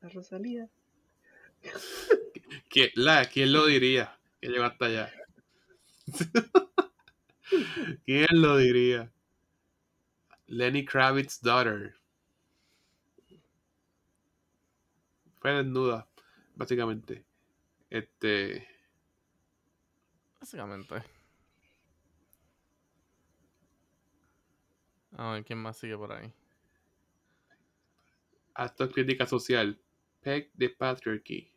Speaker 3: La Rosalía.
Speaker 1: ¿Quién, la, ¿Quién lo diría? Que llegó hasta allá. ¿Quién lo diría? Lenny Kravitz's daughter. Fue desnuda, básicamente. Este.
Speaker 2: Básicamente. A ver, ¿quién más sigue por ahí?
Speaker 1: Acto crítica social. Peg the Patriarchy.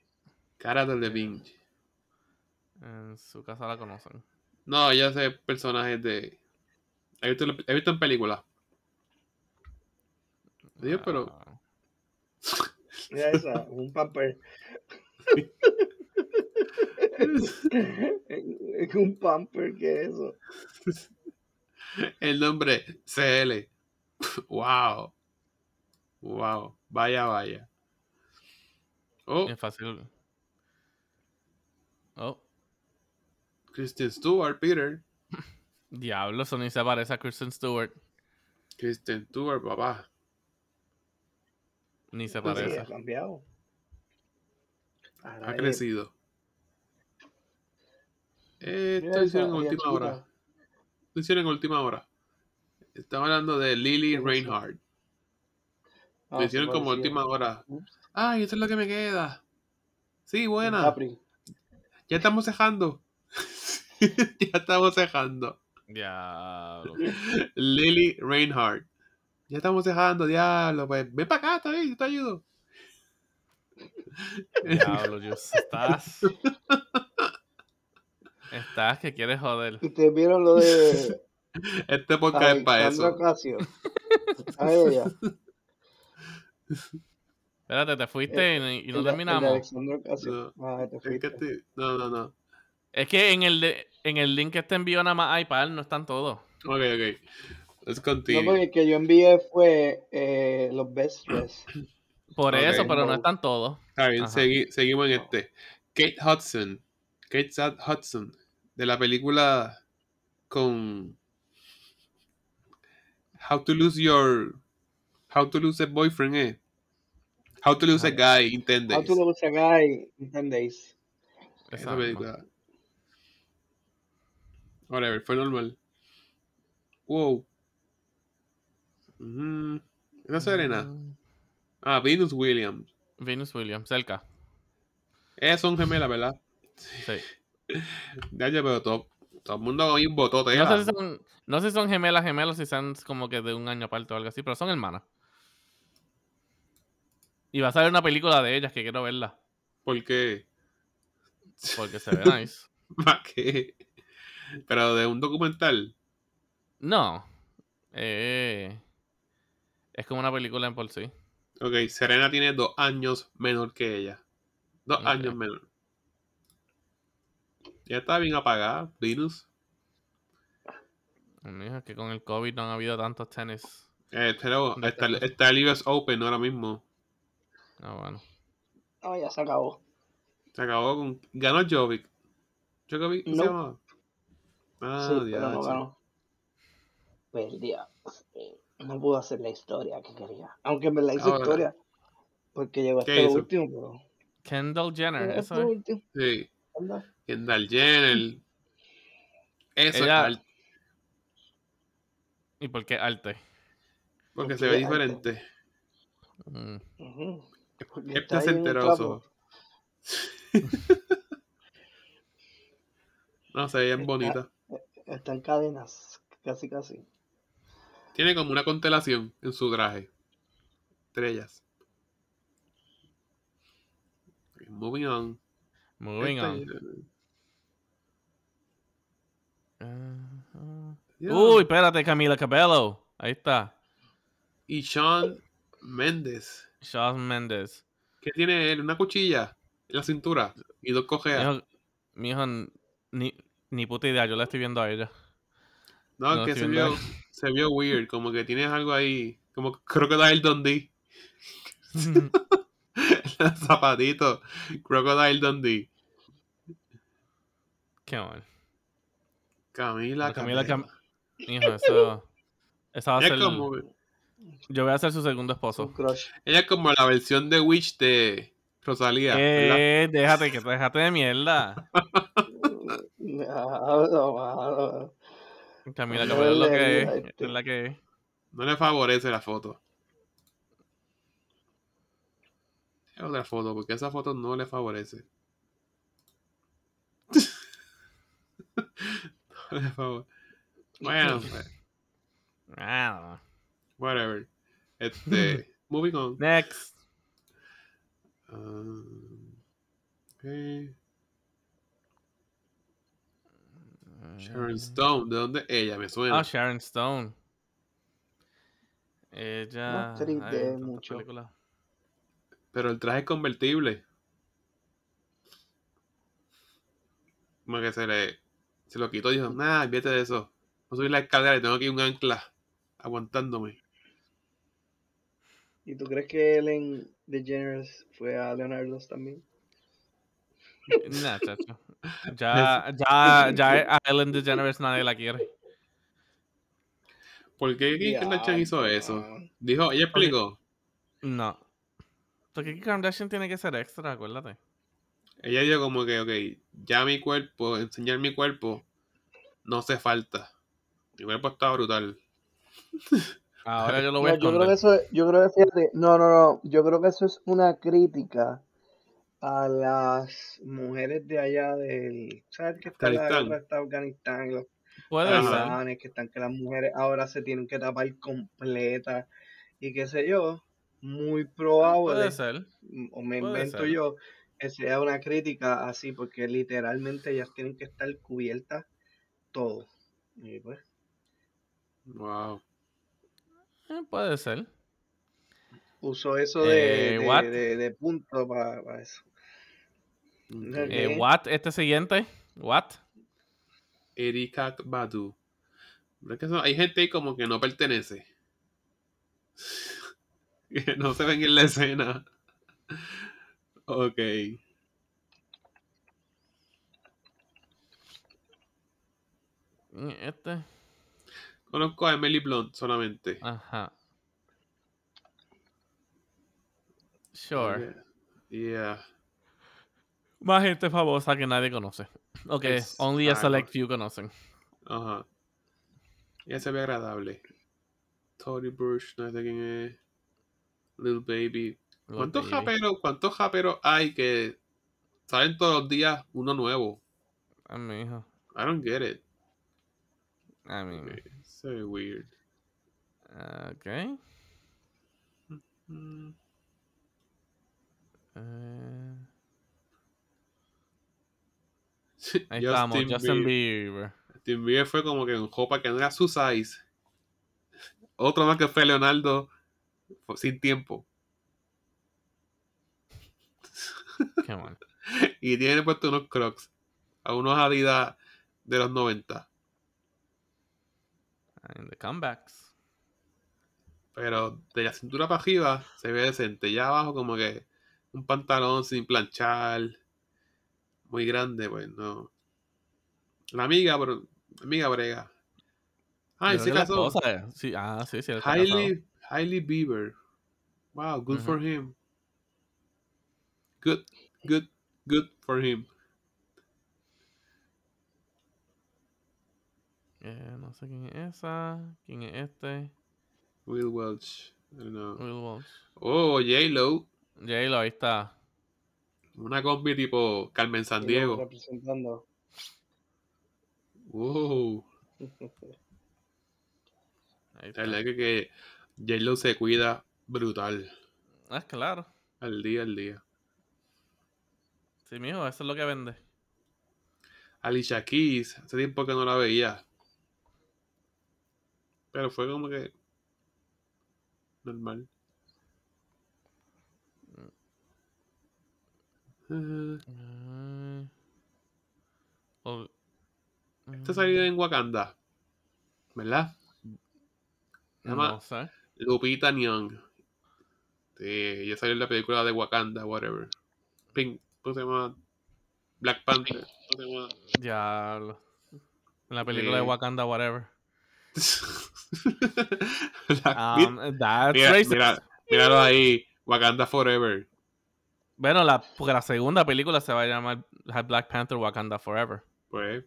Speaker 1: Cara de Levine.
Speaker 2: En su casa la conocen.
Speaker 1: No, ya sé personajes de. He visto, he visto en películas. Dios, pero.
Speaker 2: Ah,
Speaker 3: Mira esa, un pamper. Es un pamper, ¿qué es eso?
Speaker 1: El nombre CL. Wow. Wow. Vaya, vaya. Oh,
Speaker 2: Es fácil. Oh,
Speaker 1: Kristen Stewart, Peter.
Speaker 2: diablo, eso ni se parece a Kristen Stewart.
Speaker 1: Kristen Stewart, papá.
Speaker 2: Ni se
Speaker 3: Sí,
Speaker 2: parece.
Speaker 3: ha cambiado. Ahora
Speaker 1: Ha
Speaker 3: es-
Speaker 1: crecido.
Speaker 3: mira
Speaker 1: Esto
Speaker 3: esa,
Speaker 1: lo hicieron en
Speaker 3: ella
Speaker 1: última
Speaker 3: chiquita.
Speaker 1: hora. Lo hicieron en última hora. Estaba hablando de Lily
Speaker 3: Ups.
Speaker 1: Reinhardt.
Speaker 3: Ah,
Speaker 1: lo
Speaker 3: se
Speaker 1: hicieron como
Speaker 3: parecía.
Speaker 1: última hora.
Speaker 3: Ups.
Speaker 1: Ay, esto es lo que me queda. Sí, buena.
Speaker 3: Capri.
Speaker 1: Ya estamos cejando. ya estamos cejando.
Speaker 2: Diablo.
Speaker 1: Lily Reinhardt. Ya estamos dejando, diablo, pues. Ven para acá, está bien, yo te ayudo.
Speaker 2: Diablo, Jus. Estás. Estás que quieres joder.
Speaker 3: Ustedes vieron lo de
Speaker 1: Este podcast es para
Speaker 3: Alexandra
Speaker 1: eso.
Speaker 3: Ocasio. ¿Sabe ella?
Speaker 2: Espérate, te fuiste y, y no
Speaker 3: El de- el de
Speaker 2: terminamos.
Speaker 3: Alexandra Ocasio. Ah, te
Speaker 1: Es que
Speaker 3: fuiste.
Speaker 1: te- No, no, no.
Speaker 2: Es que en el, de- en el link que te envió nada más hay para él, no están todos.
Speaker 1: Ok, ok. Let's
Speaker 3: No,
Speaker 1: continue.
Speaker 3: porque el que yo envié fue eh, los best dress.
Speaker 2: Por
Speaker 1: Ok.
Speaker 2: eso, pero no
Speaker 3: No.
Speaker 2: están todos.
Speaker 1: Está bien,
Speaker 2: Ajá.
Speaker 1: segui- seguimos en este. Kate Hudson. Kate Sad Hudson. De la película con. How to lose your. How to lose a boyfriend, eh. How to lose a guy in 10
Speaker 3: How
Speaker 1: days.
Speaker 3: to lose a guy in 10 days.
Speaker 1: Esa
Speaker 2: Exacto.
Speaker 1: película. Whatever, fue normal. Wow. Ujú. Esa es
Speaker 2: Mm.
Speaker 1: Serena. Ah, Venus Williams.
Speaker 2: Venus Williams, cerca.
Speaker 1: Ellas son gemelas, ¿verdad?
Speaker 2: Sí.
Speaker 1: Ya, ya, pero todo, todo el mundo hoy votó
Speaker 2: No
Speaker 1: tela.
Speaker 2: sé, si son, no sé si son gemelas, gemelos, si son como que de un año aparte o algo así, pero son hermanas. Y va a salir una película de ellas que quiero verla.
Speaker 1: Porque.
Speaker 2: Porque se ve nice.
Speaker 1: ¿Para qué? Pero de un documental.
Speaker 2: No. Eh, es como una película en por sí.
Speaker 1: Ok, Serena tiene dos años menor que ella. Dos
Speaker 2: Ok.
Speaker 1: años menor. Ya está bien apagada, Venus.
Speaker 2: Mijo, es que con el COVID no han habido tantos tenis.
Speaker 1: Eh, pero
Speaker 2: No
Speaker 1: está,
Speaker 2: sé.
Speaker 1: está el US Open ahora mismo.
Speaker 2: Ah, bueno.
Speaker 3: No, Ah, ya se acabó.
Speaker 1: Se acabó con. Ganó Jovic. Jovic, ¿qué
Speaker 3: No.
Speaker 1: se llamaba? Ah,
Speaker 3: sí, pero no
Speaker 1: diache.
Speaker 3: ganó. Perdía. Eh, No pudo hacer la historia que quería. Aunque en verdad hizo
Speaker 1: Ahora.
Speaker 3: historia. Porque llegó hasta
Speaker 1: ¿Qué
Speaker 3: lo
Speaker 1: hizo?
Speaker 3: último, pero.
Speaker 2: Kendall Jenner,
Speaker 3: Llegó
Speaker 2: Ah, eso
Speaker 3: hasta lo
Speaker 2: es.
Speaker 3: último,
Speaker 1: Sí.
Speaker 3: ¿verdad?
Speaker 1: Kendall Jenner. Eso
Speaker 2: Ella-
Speaker 1: es arte,
Speaker 2: ¿Y por qué arte?
Speaker 1: porque
Speaker 3: porque
Speaker 1: se ve
Speaker 3: es arte.
Speaker 1: diferente.
Speaker 2: Mm.
Speaker 3: Ujú. Porque
Speaker 1: Es
Speaker 3: está ahí en un
Speaker 1: placenteroso.
Speaker 3: trapo.
Speaker 1: No, se ve bien
Speaker 3: Está-
Speaker 1: bonita.
Speaker 3: Está en cadenas. Casi, casi.
Speaker 1: Tiene como una constelación en su traje. Estrellas. Ok, Moving on.
Speaker 2: Moving
Speaker 1: Esta-
Speaker 2: on. Ah, ah.
Speaker 1: Yeah.
Speaker 2: Uy, espérate, Camila Cabello. Ahí está.
Speaker 1: Y Sean Méndez.
Speaker 2: Shawn Mendes.
Speaker 1: ¿Qué tiene él? Una cuchilla en la cintura y dos cojeas.
Speaker 2: Mijo, mijo, ni, ni puta idea, yo la estoy viendo a ella.
Speaker 1: No,
Speaker 2: no,
Speaker 1: que
Speaker 2: estoy
Speaker 1: se
Speaker 2: viendo
Speaker 1: vio, se vio weird. Como que tienes algo ahí. Como Crocodile Dundee. Zapatito. Crocodile Dundee.
Speaker 2: Qué mal.
Speaker 1: Camila,
Speaker 2: Pero Camila
Speaker 1: Camila
Speaker 2: Mijo, eso. Esa va a
Speaker 1: ella,
Speaker 2: ser.
Speaker 1: es como,
Speaker 2: Yo voy a ser su segundo esposo.
Speaker 3: Un crush.
Speaker 1: ella es como la versión de Witch de Rosalía. ¿verdad?
Speaker 2: Eh, déjate, que déjate de mierda.
Speaker 3: No, no, no.
Speaker 2: Camila
Speaker 3: No
Speaker 2: Cabello es lo
Speaker 3: le
Speaker 2: que
Speaker 3: ayuda
Speaker 2: es.
Speaker 3: este.
Speaker 2: Es la que es.
Speaker 1: No le favorece la foto. Es otra foto, porque esa foto no le favorece. no le favore- Bueno, pues,
Speaker 2: Ah,
Speaker 1: whatever. Este, moving on.
Speaker 2: next.
Speaker 1: Um, ok. Sharon Stone, ¿de dónde? Ella me suena.
Speaker 2: Ah, Sharon Stone. Ella.
Speaker 3: Una actriz
Speaker 2: ay,
Speaker 3: de
Speaker 2: tantas
Speaker 3: mucho.
Speaker 2: películas.
Speaker 1: Pero el traje es convertible. como que se le se lo quitó y dijo, nada, olvídate de eso. Voy a subir la escalera y tengo aquí un ancla aguantándome.
Speaker 3: ¿Y tú crees que Ellen DeGeneres fue a Leonardo también?
Speaker 2: Nah, chacho. Ya, ya, ya a Ellen DeGeneres nadie la quiere.
Speaker 1: ¿Por qué Kim
Speaker 3: Ya,
Speaker 1: Kardashian hizo
Speaker 3: no.
Speaker 1: eso? Dijo, ella explicó.
Speaker 2: No. Porque Kim Kardashian tiene que ser extra, acuérdate.
Speaker 1: Ella dijo como que, ok, ya mi cuerpo, enseñar mi cuerpo, no hace falta. Mi cuerpo está brutal.
Speaker 2: Ahora yo lo
Speaker 3: No,
Speaker 2: voy a
Speaker 3: yo creo que
Speaker 2: esconder.
Speaker 3: eso, yo creo que fíjate, no, no, no, yo creo que eso es una crítica a las mujeres de allá del, ¿sabes que está la
Speaker 1: Afganistán.
Speaker 3: guerra de Afganistán y los
Speaker 2: Puede ser.
Speaker 3: talibanes que están que las mujeres ahora se tienen que tapar completa y qué sé yo, muy probable,
Speaker 2: Puede ser.
Speaker 3: m- o me
Speaker 2: puede
Speaker 3: invento
Speaker 2: ser.
Speaker 3: yo, que sea una crítica así, porque literalmente ellas tienen que estar cubiertas todo. Y pues,
Speaker 1: Wow.
Speaker 2: Eh, puede ser.
Speaker 3: usó eso de,
Speaker 2: Eh,
Speaker 3: de-
Speaker 2: what?
Speaker 3: de- de punto para eso.
Speaker 1: Ok.
Speaker 2: Eh,
Speaker 3: Ok.
Speaker 2: what? Este siguiente. What?
Speaker 1: Erika Badu. Pero es que eso- hay gente ahí como que no pertenece. Que no se ven en la escena. Ok.
Speaker 2: Eh, Este.
Speaker 1: Conozco a Emily Blunt solamente.
Speaker 2: Ajá. Sure.
Speaker 1: Yeah.
Speaker 2: Más gente famosa que nadie conoce. Ok,
Speaker 1: Exacto.
Speaker 2: only a select few conocen.
Speaker 1: Ajá. Ella se ve agradable. Tory Burch, no sé quién es. Little Baby.
Speaker 2: Los
Speaker 1: ¿Cuántos
Speaker 2: baby.
Speaker 1: japeros, cuántos japeros hay que salen todos los días uno nuevo?
Speaker 2: Ay, mi hijo.
Speaker 1: I don't get it.
Speaker 2: Ay, mi hijo.
Speaker 1: Okay. So weird.
Speaker 2: Ok.
Speaker 1: Mm.
Speaker 2: eh, ahí estamos,
Speaker 1: Justin,
Speaker 2: Justin
Speaker 1: Bieber.
Speaker 2: Bieber.
Speaker 1: Justin Bieber fue como que un jopa que no era su size. Otro más que fue Leonardo fue sin tiempo.
Speaker 2: Qué mal.
Speaker 1: Y tiene puesto unos crocs. A unos Adidas de los 90.
Speaker 2: And the comebacks.
Speaker 1: Pero de la cintura para arriba se ve decente. Ya abajo como que un pantalón sin planchar. Muy grande, pues no. La amiga, pero amiga brega. Ah, y
Speaker 2: Yo
Speaker 1: se
Speaker 2: creo que la
Speaker 1: casó.
Speaker 2: esposa, eh. Sí, ah, sí, sí. él está casado.
Speaker 1: Hailey, Hailey Bieber. Wow, good
Speaker 2: Ujú.
Speaker 1: for him. Good, good, good for him.
Speaker 2: Eh, no sé quién es esa. ¿Quién es este?
Speaker 1: Will Welch. I don't know.
Speaker 2: Will Walsh.
Speaker 1: Oh, J-Lo.
Speaker 2: J-Lo, ahí está.
Speaker 1: Una combi tipo Carmen
Speaker 3: Y
Speaker 1: San
Speaker 3: luego
Speaker 1: Diego.
Speaker 3: representando.
Speaker 1: Wow.
Speaker 2: Ahí
Speaker 1: La
Speaker 2: está.
Speaker 1: verdad que, que J-Lo se cuida brutal.
Speaker 2: Ah, claro.
Speaker 1: Al día, al día.
Speaker 2: Sí, mijo, eso es lo que vende.
Speaker 1: Alicia Keys, hace tiempo que no la veía. Pero fue como que normal. Eh,
Speaker 2: Ah, o-
Speaker 1: Esta salida en Wakanda, ¿verdad? Se llama
Speaker 2: Mm, No sé.
Speaker 1: Lupita Nyong. Sí, ella salió en la película de Wakanda, whatever. Pink, ¿cómo se llama? Black Panther. ¿Cómo se llama?
Speaker 2: Diablo. En la película de
Speaker 1: Sí.
Speaker 2: Wakanda, whatever.
Speaker 1: Black-
Speaker 2: Um, that's
Speaker 1: Ah, mira,
Speaker 2: racist.
Speaker 1: mira, míralo ahí. Wakanda Forever.
Speaker 2: Bueno, la, porque la segunda película se va a llamar Black Panther Wakanda Forever.
Speaker 1: Pues,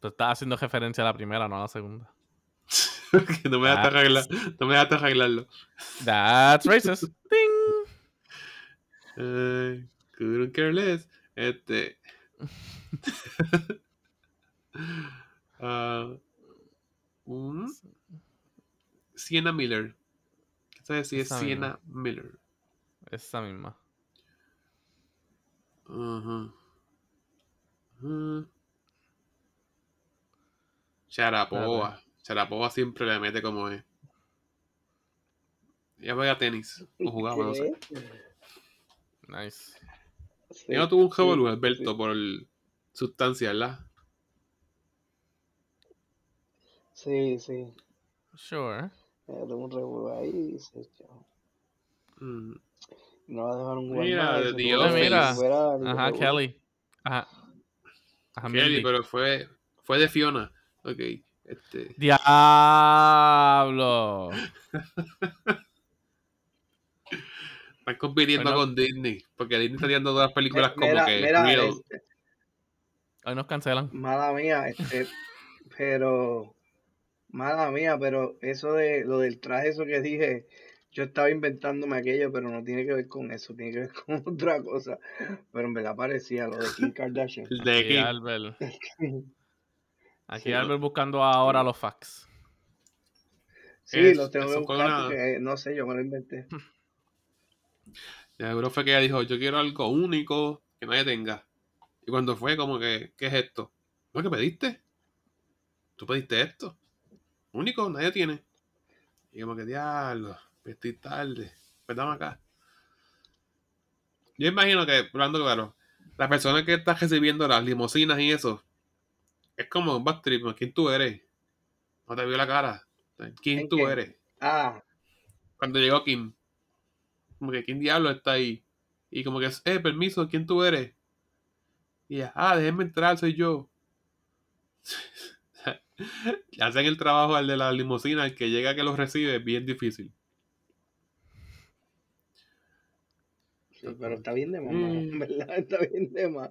Speaker 2: Tú estás haciendo referencia a la primera, no a la segunda.
Speaker 1: que no me dejaste arreglar- no me dejaste arreglarlo.
Speaker 2: That's racist. Ding.
Speaker 1: Eh, couldn't care less. Este. Ah, un- Sienna Miller. ¿Qué sabes si es
Speaker 2: Esa misma.
Speaker 1: Sienna Miller?
Speaker 2: Esa misma.
Speaker 1: Ajá. Ajá. Sharapova. Sharapova siempre le mete como es. Ella juega tenis. O jugaba, no sé.
Speaker 3: ¿Qué?
Speaker 2: Nice.
Speaker 3: Sí,
Speaker 1: Ella no tuvo un
Speaker 3: sí,
Speaker 1: revolú,
Speaker 3: sí.
Speaker 1: Alberto, por el- sustancia, ¿verdad?
Speaker 3: Sí, sí.
Speaker 2: Sure.
Speaker 3: Le un revuelo ahí y se echó.
Speaker 1: Mm.
Speaker 3: No la dejaron jugar
Speaker 1: Mira,
Speaker 3: más,
Speaker 1: de
Speaker 3: se
Speaker 1: The
Speaker 3: tuvo que
Speaker 2: Office. Mira.
Speaker 3: fuera el
Speaker 2: Ajá,
Speaker 3: revolú.
Speaker 2: Kelly. Ajá. Ajá,
Speaker 1: Kelly,
Speaker 2: Mindy.
Speaker 1: pero fue, fue de Fiona. Ok, este.
Speaker 2: Diablo.
Speaker 1: Están compitiendo
Speaker 2: Bueno.
Speaker 1: con Disney. Porque Disney está tirando todas las películas como
Speaker 3: Mira,
Speaker 1: que.
Speaker 3: mira,
Speaker 1: Real.
Speaker 3: este,
Speaker 2: Hoy nos cancelan.
Speaker 3: mala mía, este, pero, mala mía, pero eso de lo del traje, eso que dije, yo estaba inventándome aquello, pero no tiene que ver con eso, tiene que ver con otra cosa. Pero en verdad parecía lo de Kim Kardashian.
Speaker 1: El de
Speaker 2: Aquí
Speaker 1: aquí.
Speaker 2: Albert. Aquí
Speaker 3: Sí.
Speaker 2: Albert buscando ahora los facts.
Speaker 3: Sí,
Speaker 1: Es-
Speaker 3: lo tengo que
Speaker 1: eso fue
Speaker 3: buscar
Speaker 1: una-
Speaker 3: porque eh, no sé, yo me lo inventé.
Speaker 1: Seguro fue que ella dijo: Yo quiero algo único que nadie tenga. Y cuando fue, como que, ¿qué es esto? ¿No es que pediste? ¿Tú pediste esto? Único, nadie tiene. Y como que, diablo, estoy tarde. Pues dame acá. Yo imagino que, hablando claro, la persona que está recibiendo las limosinas y eso, es como un backtrip, ¿quién tú eres? No te vio la cara. ¿Quién
Speaker 3: ¿En
Speaker 1: tú
Speaker 3: qué?
Speaker 1: eres?
Speaker 3: Ah,
Speaker 1: Cuando llegó Kim, como que, ¿quién diablo está ahí? Y como que, eh, permiso, ¿quién tú eres? Y ella, ah, déjenme entrar, soy yo. Le Hacen el trabajo al de la limusina, al que llega que los recibe, es bien difícil.
Speaker 3: sí, pero está bien de más, mano, en
Speaker 1: Mm.
Speaker 3: verdad, está bien de más.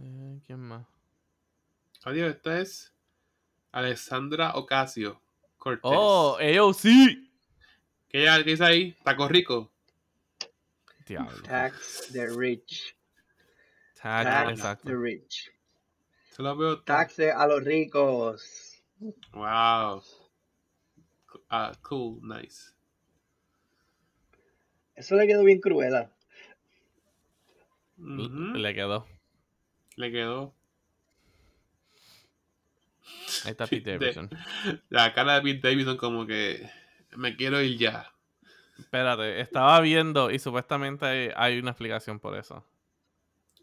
Speaker 2: Eh, ¿Quién más?
Speaker 1: Adiós, esta es Alexandra Ocasio Cortés.
Speaker 2: Oh, ellos sí.
Speaker 1: ¿Qué, ella- qué dice ahí? Taco Rico.
Speaker 2: Diablo.
Speaker 3: Tax the rich.
Speaker 2: Tag,
Speaker 3: Tax
Speaker 2: Ah, exacto.
Speaker 3: the rich.
Speaker 1: Se lo veo.
Speaker 3: Taxe a los ricos.
Speaker 1: Wow. Ah, cool, nice.
Speaker 3: Eso le quedó bien cruela.
Speaker 1: Ujú.
Speaker 2: Le quedó.
Speaker 1: Le quedó
Speaker 2: Ahí está Pete
Speaker 1: De-
Speaker 2: Davidson.
Speaker 1: la cara de Pete Davidson como que me quiero ir ya.
Speaker 2: Espérate, estaba viendo y supuestamente hay, hay una explicación por eso.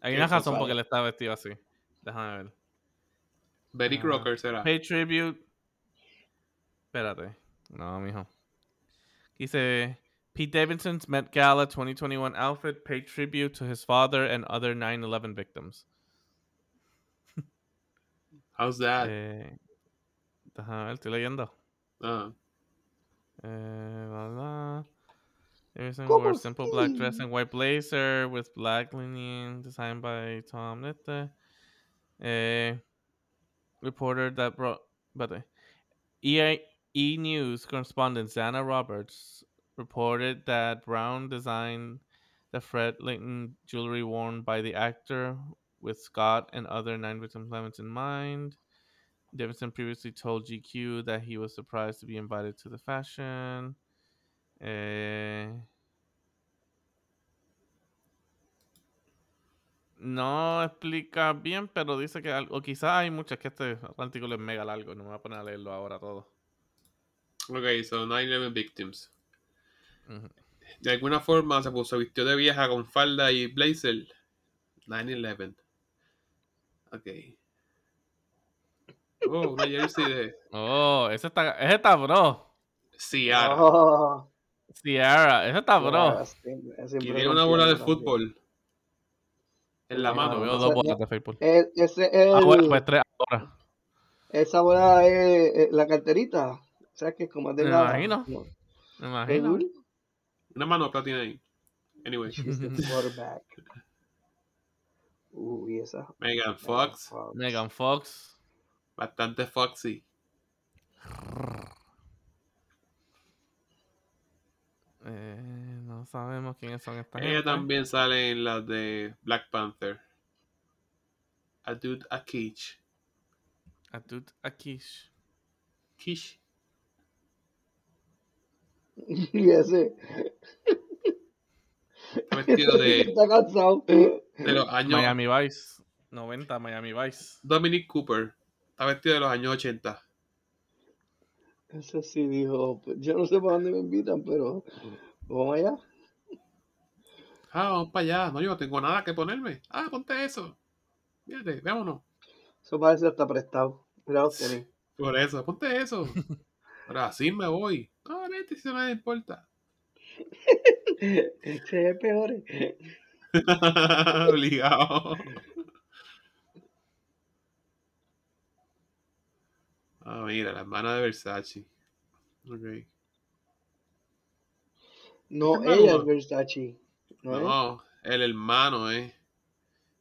Speaker 2: Hay
Speaker 1: ¿Qué
Speaker 2: una
Speaker 1: cosa?
Speaker 2: razón por qué él está vestido así. Déjame ver.
Speaker 1: Betty
Speaker 2: Ah.
Speaker 1: Crocker será.
Speaker 2: Pay tribute. Espérate. No, mijo. Dice Pete Davidson's Met Gala 2021 outfit paid tribute to his father and other 9/11 victims.
Speaker 1: How's that?
Speaker 2: Eh, déjame ver, estoy leyendo.
Speaker 1: Ah.
Speaker 2: Eh, blah, blah. Everything
Speaker 3: ¿Cómo
Speaker 2: wore a simple black dress
Speaker 3: sí?
Speaker 2: and white blazer with black linen designed by Tom Nette. A reporter that brought, but uh, EA, E News correspondent Zana Roberts reported that Brown designed the Fred Linton jewelry worn by the actor with Scott and other nine victim claimants in mind. Davidson previously told GQ that he was surprised to be invited to the fashion. Eh, no explica bien, pero dice que algo. O quizás hay muchas que este artículo es mega largo. No me voy a poner a leerlo ahora todo.
Speaker 1: Ok, so 9-11 victims.
Speaker 2: Ujú.
Speaker 1: De alguna forma se puso vistió de vieja con falda y blazer. 9-11. Ok. Oh, una jersey de
Speaker 2: Oh, ese está, ese está bro.
Speaker 1: Ciara.
Speaker 3: Oh,
Speaker 2: Sierra, ese está
Speaker 3: claro,
Speaker 2: Ah, bro.
Speaker 3: siempre-
Speaker 1: Y
Speaker 3: siempre
Speaker 1: tiene
Speaker 3: son
Speaker 1: una bola de
Speaker 3: fiables también.
Speaker 1: fútbol en la
Speaker 3: No,
Speaker 2: Bueno,
Speaker 1: mano.
Speaker 2: Ah, veo
Speaker 3: no
Speaker 2: dos
Speaker 3: sé,
Speaker 2: bolas
Speaker 3: no.
Speaker 2: de Facebook.
Speaker 3: Eh, ese es
Speaker 2: Ah, bueno,
Speaker 3: el-
Speaker 2: pues tres ahora.
Speaker 3: esa bola es eh, la carterita. O sea que es como es
Speaker 2: Me
Speaker 3: delgada.
Speaker 2: imagino.
Speaker 3: como-
Speaker 2: Me imagino.
Speaker 3: Ujú.
Speaker 1: Una manopla tiene ahí. Anyway,
Speaker 3: She's the quarterback. Uy, esa.
Speaker 1: Megan
Speaker 3: Megan
Speaker 1: Fox.
Speaker 3: Fox.
Speaker 2: Megan Fox.
Speaker 1: Bastante foxy.
Speaker 2: Eh, no sabemos quiénes son estas
Speaker 1: Ella
Speaker 2: gente.
Speaker 1: también sale en las de Black Panther. A dude, a quiche.
Speaker 2: Atut Akish.
Speaker 1: Quiche.
Speaker 3: Y ese.
Speaker 1: Está vestido de,
Speaker 3: Está cansado.
Speaker 1: de los años.
Speaker 2: Miami Vice. 90 Miami Vice.
Speaker 1: Dominic Cooper. Está vestido de los años 80.
Speaker 3: Ese sí "Pues, dijo, yo no sé para dónde me invitan, pero vamos allá.
Speaker 1: Ah, vamos para allá. No, yo no tengo nada que ponerme. Ah, ponte eso. Fíjate, vámonos.
Speaker 3: Eso parece hasta prestado. Mira, los tenis.
Speaker 1: Por eso, ponte eso. Pero así me voy. No, vete, si no me importa.
Speaker 3: Se ve Este peor. eh.
Speaker 1: Obligado. Ah, mira, la hermana de Versace. Ok.
Speaker 3: No,
Speaker 1: Qué malo.
Speaker 3: ella Este es Versace. No,
Speaker 2: Ah.
Speaker 3: es?
Speaker 1: No, el hermano, ¿eh?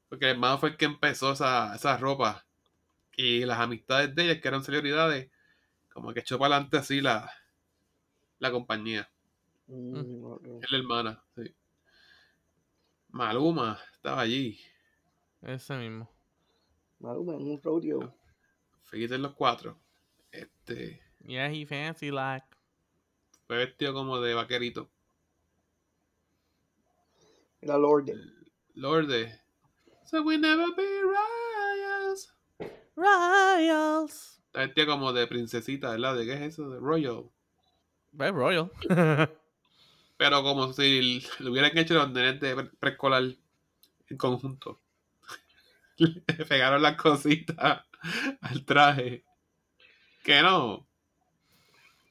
Speaker 1: Porque el hermano fue el que empezó esa, esa ropa. Y las amistades de ellas, que eran celebridades, como que echó para adelante así la, la compañía.
Speaker 3: Mm, ok.
Speaker 1: Es la hermana, sí. Maluma estaba allí.
Speaker 2: Ese mismo.
Speaker 3: Maluma en un rodeo.
Speaker 1: Fíjate en los cuatro. Este,
Speaker 2: Yeah, he fancy like.
Speaker 1: fue vestido como de vaquerito.
Speaker 3: Era Lorde.
Speaker 1: Lorde. So we never be royals.
Speaker 2: Royals.
Speaker 1: Está vestido como de princesita, ¿verdad? ¿De qué es eso? De royal.
Speaker 2: Ve, Royal.
Speaker 1: Pero como si lo hubieran hecho los nenes de pre- preescolar en conjunto. Le pegaron las cositas al traje. Que no.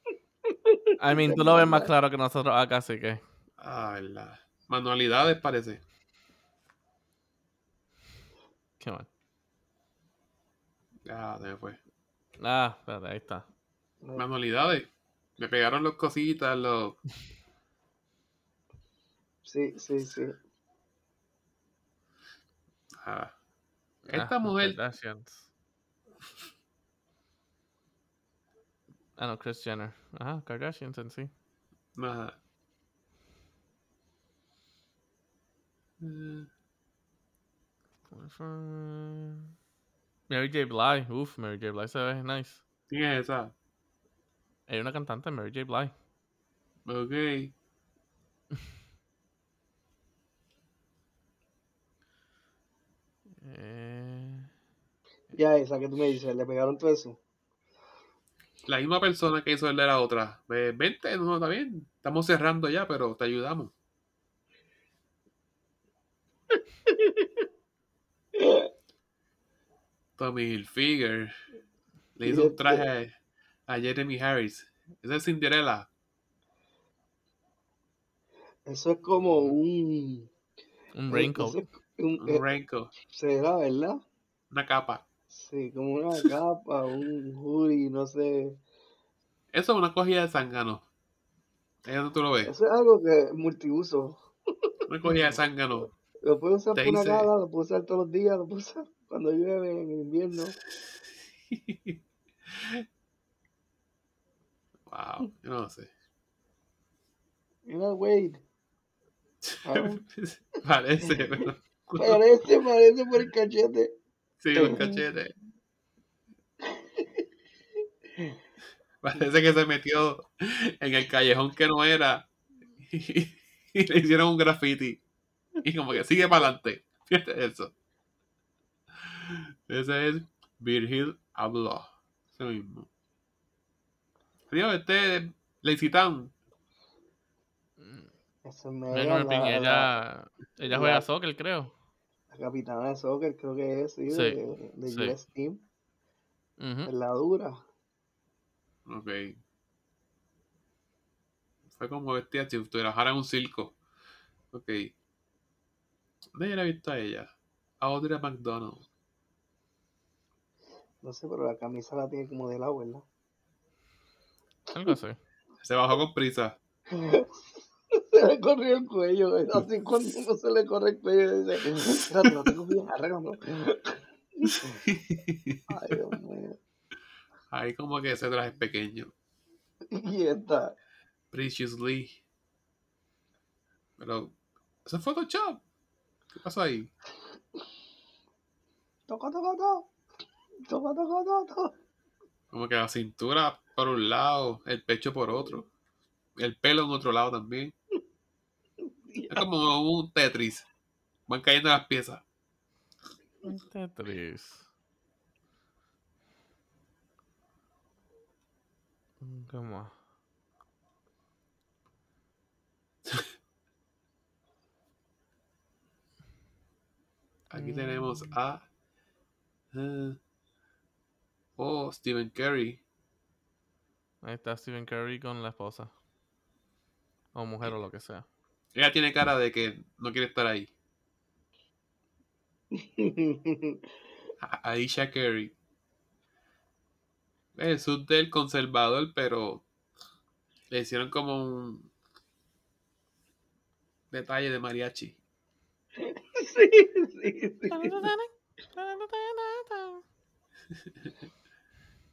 Speaker 2: I mean, tú lo ves más claro que nosotros acá, así que.
Speaker 1: Ah, verdad. Manualidades parece.
Speaker 2: Come on.
Speaker 1: Ah, se me fue.
Speaker 2: Ah, espérate, ahí está. Mm.
Speaker 1: Manualidades. Me pegaron las cositas, los.
Speaker 3: Sí, sí, sí.
Speaker 1: Ah.
Speaker 2: Ah,
Speaker 1: Esta
Speaker 2: los
Speaker 1: mujer.
Speaker 2: Kardashians. Ah, no, Chris Jenner. Ah, Kardashians en sí.
Speaker 1: Ajá. Eh,
Speaker 2: Mary J. Blige. Uf, Mary J. Blige se ve nice.
Speaker 1: ¿Quién es esa?
Speaker 2: Hay una cantante, Mary J. Blige.
Speaker 1: Ok.
Speaker 2: Eh,
Speaker 3: Ya esa que tú me dices, le pegaron todo eso.
Speaker 1: La misma persona que hizo el de la otra. Ve- Vente, no, está bien. Estamos cerrando ya, pero te ayudamos. Tommy Hilfiger le hizo un
Speaker 3: Fíjate.
Speaker 1: traje a Jeremy Harris. Esa es Cinderella.
Speaker 3: Eso es como un.
Speaker 2: Mm.
Speaker 3: eh,
Speaker 2: un
Speaker 3: eso
Speaker 2: raincoat.
Speaker 3: es un-
Speaker 1: Un
Speaker 3: eh,
Speaker 1: renco,
Speaker 3: será, ¿verdad?
Speaker 1: una capa.
Speaker 3: Sí, como una capa, un hoodie, no sé.
Speaker 1: Eso es una cogida de zángano. Ahí donde tú lo ves.
Speaker 3: Eso es algo que multiuso.
Speaker 1: Una cogida de zángano.
Speaker 3: Lo puedo usar
Speaker 1: Te
Speaker 3: por una
Speaker 1: dice-
Speaker 3: gala, lo puedo usar todos los días, lo puedo usar cuando llueve en el invierno.
Speaker 1: wow, yo no sé.
Speaker 3: Mira, Wade. Ah,
Speaker 1: Parece, pero.
Speaker 3: parece, parece por el cachete.
Speaker 1: Sí, los cachetes. Parece que se metió en el callejón que no era y, le hicieron un graffiti. Y como que sigue para adelante. Fíjate eso. Ese es Virgil Abloh. Ese mismo. Digo, este Leicitán.
Speaker 2: Mm,
Speaker 3: Eso me
Speaker 2: Megan
Speaker 3: da
Speaker 2: Rapinoe,
Speaker 3: la, la,
Speaker 2: ella, ella juega
Speaker 3: la-
Speaker 2: soccer, creo.
Speaker 3: la capitana de soccer, creo que es, sí,
Speaker 2: Sí,
Speaker 3: de, de
Speaker 2: sí. ¿Mm?
Speaker 3: US Team,
Speaker 2: Ujú.
Speaker 3: en la dura.
Speaker 1: Ok. Fue como vestida si trabajara en un circo. Ok. ¿Dónde la he visto a ella? A Audrey McDonald.
Speaker 3: No sé, pero la camisa la tiene como de lado, ¿verdad?
Speaker 2: Algo así.
Speaker 1: Se bajó con prisa.
Speaker 3: se le corrió el cuello, es así cuando uno se le corre el cuello, dice, espérate, lo tengo bien, arréglalo. Ay, Dios mío.
Speaker 1: Ahí como que ese traje es pequeño.
Speaker 3: Y esta,
Speaker 1: Precious Lee. Pero, ¿eso es Photoshop? ¿Qué pasó ahí?
Speaker 3: toco, toco, toco, toco, toco, toco, toco.
Speaker 1: Como que la cintura por un lado, el pecho por otro, el pelo en otro lado también. Es como un Tetris. Van cayendo las piezas.
Speaker 2: Un Tetris. Mm, ¿Qué más?
Speaker 1: Aquí tenemos a. eh, oh, Stephen Curry.
Speaker 2: Ahí está Stephen Curry con la esposa. O mujer o lo que sea.
Speaker 1: Ella tiene cara de que no quiere estar ahí. A- Aisha Curry. El sud del conservador, pero le hicieron como un detalle de mariachi.
Speaker 3: sí, sí, sí.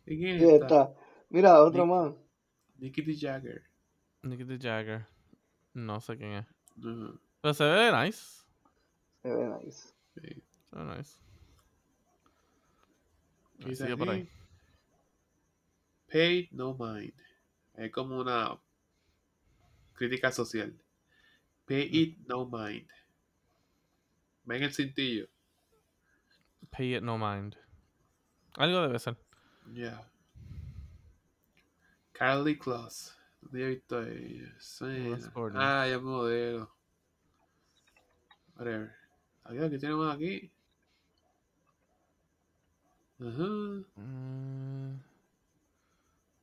Speaker 1: ¿Y quién
Speaker 3: Ya
Speaker 1: está?
Speaker 3: está. Mira, otro
Speaker 1: Nick.
Speaker 3: más.
Speaker 1: Nikki Jagger.
Speaker 2: Nicky Jagger. No sé quién es.
Speaker 1: Ujú,
Speaker 2: Pero se ve nice.
Speaker 3: Se ve nice.
Speaker 1: sí.
Speaker 2: Se ve nice.
Speaker 1: ¿Qué dice
Speaker 2: Sigue por
Speaker 1: aquí?
Speaker 2: ahí.
Speaker 1: Pay no mind. Es como una crítica social. Pay it no mind. Ven el cintillo.
Speaker 2: Pay it no mind. Algo debe ser.
Speaker 1: Yeah. Carly Claus. ¿Dónde he visto a ella? Suena.
Speaker 2: Ross Gordon.
Speaker 1: Ah, ya es modelo. Whatever. Adiós, ¿qué tenemos aquí? Ajá.
Speaker 2: Mm,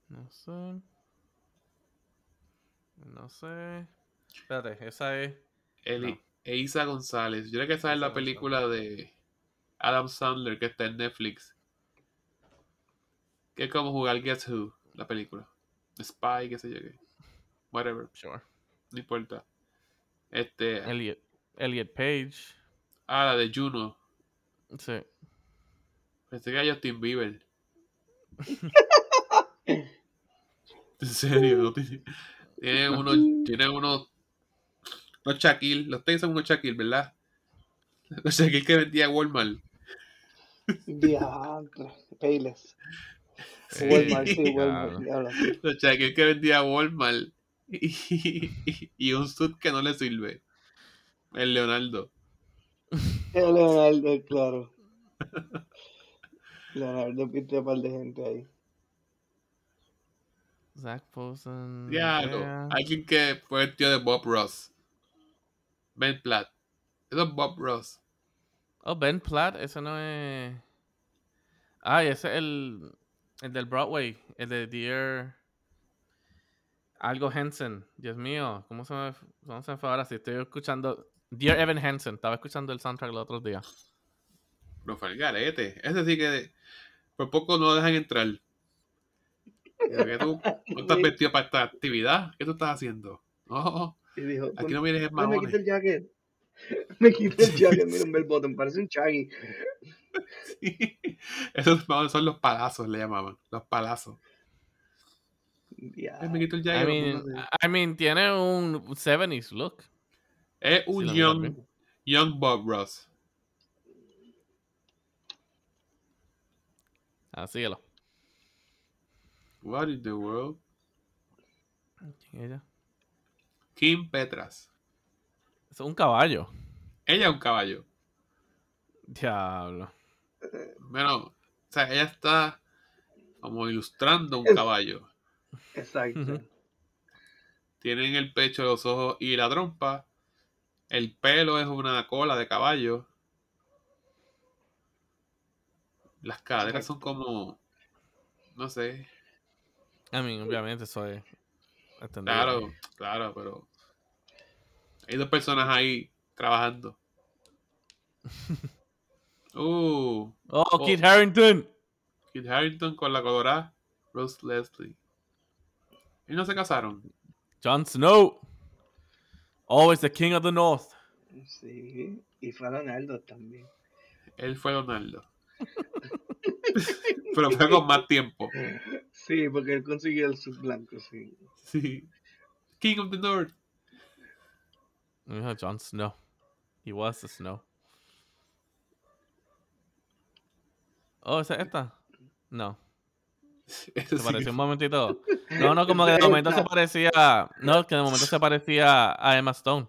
Speaker 2: No sé. No sé. Espérate, esa es.
Speaker 1: Eli,
Speaker 2: No.
Speaker 1: Eiza González. Yo creo que esa es
Speaker 2: Eiza
Speaker 1: la película de Adam Sandler que está en Netflix. Que es como jugar Guess Who, la película. Spy, qué sé yo qué. Whatever,
Speaker 2: Sure.
Speaker 1: no importa. Este,
Speaker 2: Elliot. Elliot Page.
Speaker 1: ah, la de Juno.
Speaker 2: Sí.
Speaker 1: Pensé que era Justin Bieber. en serio, no tiene, tiene unos, tiene unos, unos Shaquille, los tenis son unos Shaquille, ¿verdad? Los Shaquille que vendía Walmart.
Speaker 3: Diantre. Payless.
Speaker 2: Sí.
Speaker 3: Walmart, sí, Walmart.
Speaker 2: Claro.
Speaker 3: diablo, sí.
Speaker 1: Los chaquetes que vendía Walmart y, y un sud que no le sirve. El Leonardo.
Speaker 3: El Leonardo, claro. Leonardo pinta un par de gente ahí.
Speaker 2: Zach Posen.
Speaker 1: Diablo.
Speaker 2: yeah.
Speaker 1: Alguien que fue el tío de Bob Ross. Ben Platt. Eso es Bob Ross.
Speaker 2: Oh, Ben Platt, ese no es. Ay, ese es el. El del Broadway. El de Dear. Algo Henson. Dios mío, ¿cómo se me, cómo se me fue ahora? Si estoy escuchando. Dear Evan Henson. Estaba escuchando el soundtrack los otros días.
Speaker 1: No fue el garete. Ese sí que por poco no lo dejan entrar. Digo, ¿qué tú no estás vestido para esta actividad. ¿Qué tú estás haciendo? No,
Speaker 3: Y dijo,
Speaker 1: aquí no vienes en
Speaker 3: "Ay, me quito
Speaker 1: mamones.
Speaker 3: el jacket. Me quito el jacket, mira un bel botón, parece un chaggy.
Speaker 1: Esos mamones son los palazos, le llamaban. Los palazos. Ay, me
Speaker 3: Diablo.
Speaker 1: quito el
Speaker 2: I
Speaker 1: jacket, me
Speaker 2: mean,
Speaker 1: pongo así.
Speaker 2: I mean, tiene un 70s look.
Speaker 1: Es
Speaker 2: Si
Speaker 1: un
Speaker 2: lo miras
Speaker 1: young,
Speaker 2: bien.
Speaker 1: young Bob Ross.
Speaker 2: Ah, síguelo.
Speaker 1: What in the world?
Speaker 2: ¿Quién es ella?
Speaker 1: Kim Petras.
Speaker 2: Es un caballo.
Speaker 1: Ella es un caballo.
Speaker 2: Diablo.
Speaker 1: Bueno, o sea, ella está como ilustrando un caballo.
Speaker 3: Exacto.
Speaker 2: Ujú.
Speaker 1: Tiene en el pecho, los ojos y la trompa. El pelo es una cola de caballo. Las caderas son como, no sé,
Speaker 2: I mean, obviamente, eso es. entendible.
Speaker 1: claro, claro, pero hay dos personas ahí trabajando. Uh,
Speaker 2: Oh,
Speaker 1: Oh.
Speaker 2: Kit Harrington.
Speaker 1: Kit Harrington con la colorada Rose Leslie. ¿Y no se casaron?
Speaker 2: Jon Snow. Always the king of the north.
Speaker 3: Sí. Y fue a Leonardo también.
Speaker 1: Él fue Donaldo. Pero fue con más tiempo.
Speaker 3: Sí, porque él consiguió el sub blanco, sí.
Speaker 1: Sí. King of the North.
Speaker 2: Yeah, Jon Snow. He was the snow. Oh, ¿esa es esta? No.
Speaker 1: Eso
Speaker 2: Se
Speaker 1: sí
Speaker 2: pareció
Speaker 1: que-
Speaker 2: un momentito. No, no, como que de
Speaker 3: Esa es
Speaker 2: momento se
Speaker 3: esta.
Speaker 2: parecía. No, que de momento se parecía a Emma Stone.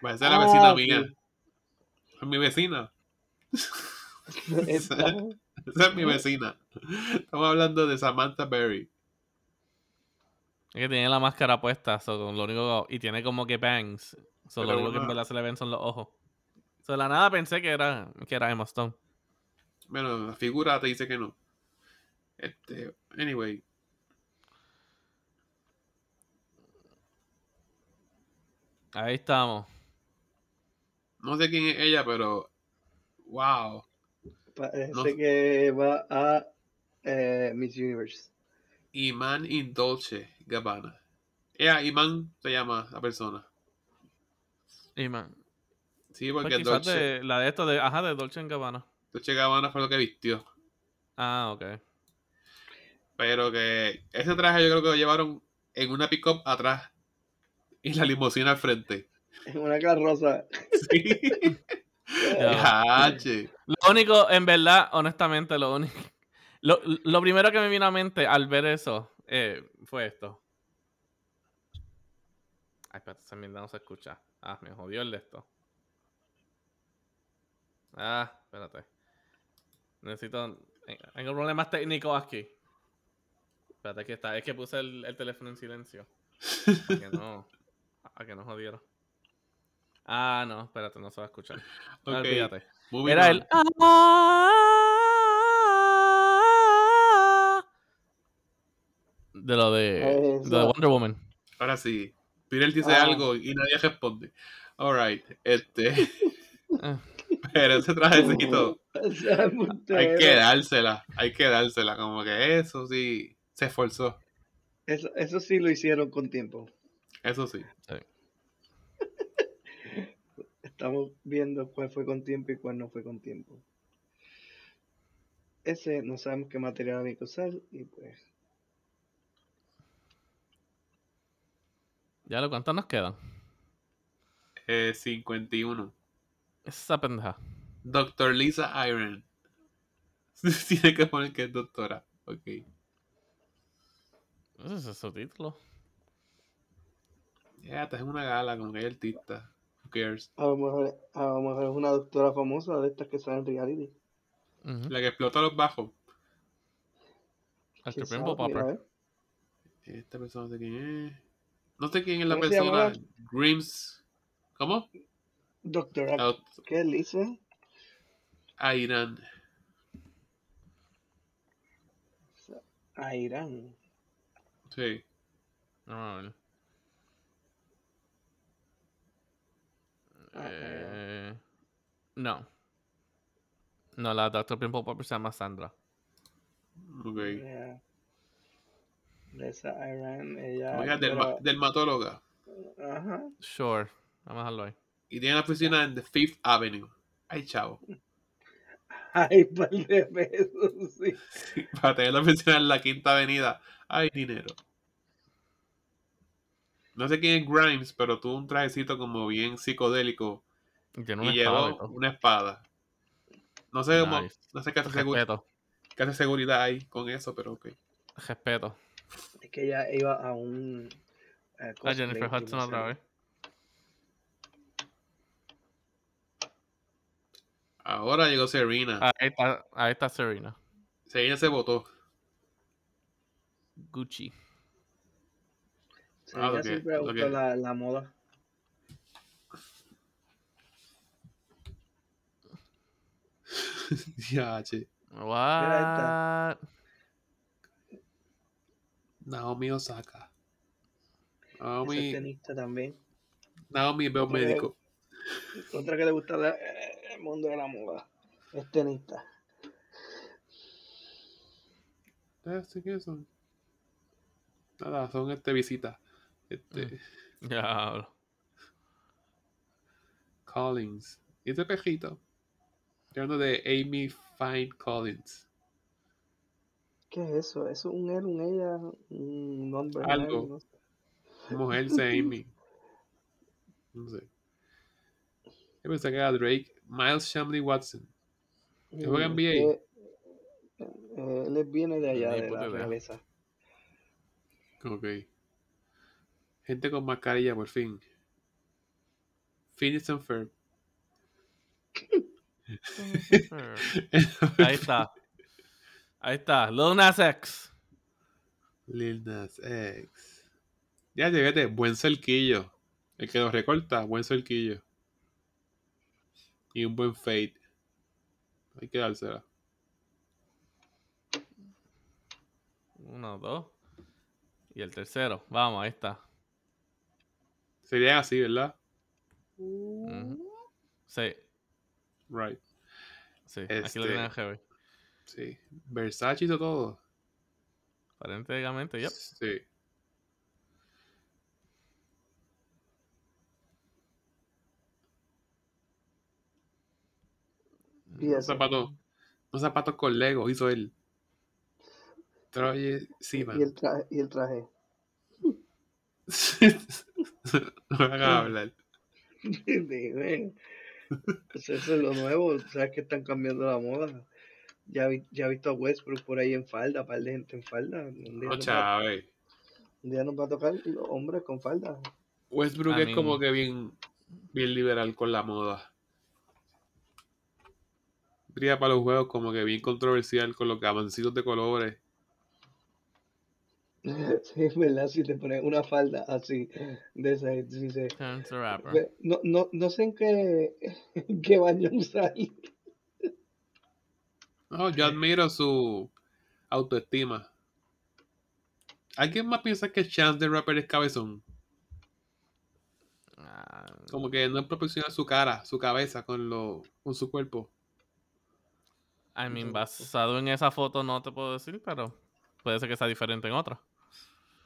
Speaker 1: Parece la vecina
Speaker 3: Ah,
Speaker 1: mía.
Speaker 3: sí.
Speaker 1: Es mi vecina.
Speaker 3: Está-
Speaker 1: Esa es mi vecina. Estamos hablando de Samantha Berry.
Speaker 2: Es que tiene la máscara puesta, so, lo único, y tiene como que bangs. So,
Speaker 1: Pero
Speaker 2: lo único que en
Speaker 1: una-
Speaker 2: verdad se le ven son los ojos. Eso So, de la nada pensé que era, que era Emma Stone.
Speaker 1: Bueno, la figura te dice que no. Este, anyway.
Speaker 2: Ahí estamos.
Speaker 1: No sé quién es ella, pero. ¡Wow!
Speaker 3: Parece
Speaker 1: No.
Speaker 3: eh, que va a eh, Miss Universe.
Speaker 1: Iman Indolce Gabbana. Ella, Iman se llama la persona.
Speaker 2: Y man,
Speaker 1: Sí,
Speaker 2: pues
Speaker 1: porque
Speaker 2: quizás
Speaker 1: Dolce,
Speaker 2: de- la de esto de, ajá, de Dolce Gabbana.
Speaker 1: Dolce Gabbana fue lo que vistió.
Speaker 2: Ah, ok.
Speaker 1: Pero que ese traje yo creo que lo llevaron en una pick-up atrás y la limusina al frente.
Speaker 3: Es una carroza.
Speaker 1: Sí. Ya, che.
Speaker 2: Lo único, en verdad, honestamente, lo único. Lo, lo primero que me vino a mente al ver eso eh, fue esto. Ay, espérate, esa mierda no se escucha. Ah, me jodió el de esto. Ah, espérate. Necesito. eh, Tengo problemas técnicos aquí. Espérate, aquí está. Es que puse el, el teléfono en silencio. Para que no. Para que no jodiera. Ah, no, espérate, no se va a escuchar.
Speaker 1: Ok,
Speaker 2: Olvídate.
Speaker 1: moving
Speaker 2: Era
Speaker 1: on.
Speaker 2: el. Ah. De lo de,
Speaker 3: Eso.
Speaker 2: de Wonder Woman.
Speaker 1: Ahora sí. Pirel dice
Speaker 3: Ah.
Speaker 1: algo y nadie responde. Alright, este.
Speaker 2: Ah.
Speaker 1: Pero ese
Speaker 3: Uh,
Speaker 1: trajecito. Hay
Speaker 3: Hay
Speaker 1: que dársela, hay que dársela, como que eso sí, se esforzó,
Speaker 3: Eso, eso sí lo hicieron con tiempo.
Speaker 1: eso sí.
Speaker 3: Estamos viendo cuál fue con tiempo y cuál no fue con tiempo. Ese no sabemos qué material hay que usar y pues
Speaker 2: Ya lo cuántos nos quedan.
Speaker 1: Eh, 51.
Speaker 2: Esa pendeja.
Speaker 1: Doctor Lisa Iron. Tiene que poner que es doctora, ok.
Speaker 2: Ese es su título.
Speaker 1: Ya, estás en una gala, como que hay artista. Who cares?
Speaker 3: a lo mejor, a lo mejor es una doctora famosa de estas que salen en reality.
Speaker 2: Ujú.
Speaker 1: La que explota los bajos.
Speaker 2: El
Speaker 3: ¿Quién
Speaker 2: Supreme Ball
Speaker 3: sabe? Mira,
Speaker 2: Popper.
Speaker 3: ¿eh? a ver.
Speaker 1: Esta persona no sé quién es. No sé quién es la
Speaker 3: ¿Cómo se
Speaker 1: persona.
Speaker 3: llamaba?
Speaker 1: Grims. ¿Cómo?
Speaker 3: Doctora,
Speaker 1: La doc-
Speaker 3: ¿qué le dice?
Speaker 1: Iran.
Speaker 3: A Irán.
Speaker 1: Sí.
Speaker 2: Vamos a ver.
Speaker 3: Ah,
Speaker 2: Eh, no. No, la Dr. Pimple Popper se llama Sandra.
Speaker 1: Ok.
Speaker 3: Yeah. De esa Irán, ella.
Speaker 1: Oiga,
Speaker 3: doctora-
Speaker 1: derma- dermatóloga.
Speaker 3: Ajá.
Speaker 2: Sure. Vamos a dejarlo ahí.
Speaker 1: Y tiene la oficina en The Fifth Avenue. Ay, chavo.
Speaker 3: Ay, par de pesos, sí.
Speaker 1: Para tener la oficina en la quinta avenida. Ay, dinero. No sé quién es Grimes, pero tuvo un trajecito como bien psicodélico.
Speaker 2: Tiene
Speaker 1: y
Speaker 2: una espada y
Speaker 1: llevó
Speaker 2: todo.
Speaker 1: una espada. No sé cómo,
Speaker 2: Nice.
Speaker 1: no sé qué hace, segu-
Speaker 2: Respeto.
Speaker 1: qué hace seguridad ahí con eso, pero ok.
Speaker 2: Respeto. Ah,
Speaker 3: Es que ella iba a un. eh,
Speaker 2: A Ah,
Speaker 3: cosplay
Speaker 2: Jennifer
Speaker 3: y no
Speaker 2: Hudson
Speaker 3: sé.
Speaker 2: otra vez.
Speaker 1: Ahora llegó Serena.
Speaker 2: Ahí está, ahí está Serena.
Speaker 1: Serena se votó.
Speaker 2: Gucci.
Speaker 3: Sí,
Speaker 1: Ah,
Speaker 3: ella
Speaker 1: lo que-
Speaker 3: siempre ha
Speaker 1: lo
Speaker 3: gustado
Speaker 1: que-
Speaker 3: la, la moda.
Speaker 1: ya, che.
Speaker 2: What?
Speaker 1: Naomi Osaka.
Speaker 3: Esa es
Speaker 1: Naomi,
Speaker 3: tenista también.
Speaker 1: Naomi ve un
Speaker 3: Otra vez.
Speaker 1: médico.
Speaker 3: Otra que le gusta la- eh, el mundo de la moda. Es tenista.
Speaker 1: Ah, sí, ¿qué son? Nada, son este visitas. Este,
Speaker 2: Diablo.
Speaker 1: Collins. Y este pejito. Estoy hablando de Amy Fine Collins.
Speaker 3: ¿Qué es eso? ¿Eso es un él, un ella? ¿Un nombre?
Speaker 1: Algo.
Speaker 3: No sé.
Speaker 1: Mujer se Amy. No sé. Yo pensé que era Drake. Miles Shamley Watson. Que juega
Speaker 3: Mm,
Speaker 1: NBA.
Speaker 3: que, eh, él viene de allá,
Speaker 2: Ni
Speaker 3: de
Speaker 2: puta
Speaker 3: la
Speaker 2: idea.
Speaker 3: realeza.
Speaker 1: Ok. Gente con mascarilla, por fin. Phoenix and Ferb.
Speaker 2: Eh, ahí está. Ahí está. Lil Nas X.
Speaker 1: Lil Nas X. Ya, llegué. Buen cerquillo. El que nos recorta, buen cerquillo. y un buen fade. Hay que dársela.
Speaker 2: Uno, dos. Y el tercero. Vamos, ahí está.
Speaker 1: Sería así, ¿verdad?
Speaker 2: Ujú. Sí,
Speaker 1: Right.
Speaker 2: sí. Aquí
Speaker 1: Este-
Speaker 2: lo tienen a Heavy.
Speaker 1: Sí. Versace hizo todo.
Speaker 2: Aparentemente, yep.
Speaker 1: Sí.
Speaker 3: Y
Speaker 1: Un
Speaker 3: eso.
Speaker 1: zapato, un zapato con Lego hizo él. Troye
Speaker 3: Y el traje. Y el traje.
Speaker 1: no me hagas hablar.
Speaker 3: Dime. Pues eso es lo nuevo. Sabes que están cambiando la moda. Ya, vi- ya he visto a Westbrook por ahí en falda, par de gente en falda. Un día,
Speaker 1: No,
Speaker 3: nos va,
Speaker 1: Chávez.
Speaker 3: un día nos va a tocar los hombres con falda.
Speaker 1: Westbrook
Speaker 2: I
Speaker 1: es como
Speaker 2: mean-
Speaker 1: que bien, bien liberal con la moda. Diría para los juegos como que bien controversial con los gamancitos de colores.
Speaker 3: Sí, es verdad, si te pones una falda así, de esa, dice,
Speaker 2: Turns the
Speaker 1: Ah.
Speaker 2: rapper.
Speaker 3: no, no, no sé en qué, en qué baño usar.
Speaker 1: No, yo admiro su autoestima. ¿Alguien más piensa que Chance de Rapper es cabezón?
Speaker 2: Ah,
Speaker 1: Como que no proporciona su cara, su cabeza con lo, con su cuerpo.
Speaker 2: I mean,
Speaker 3: Entonces-
Speaker 2: basado en esa foto no te puedo decir, pero puede ser que sea diferente en otra.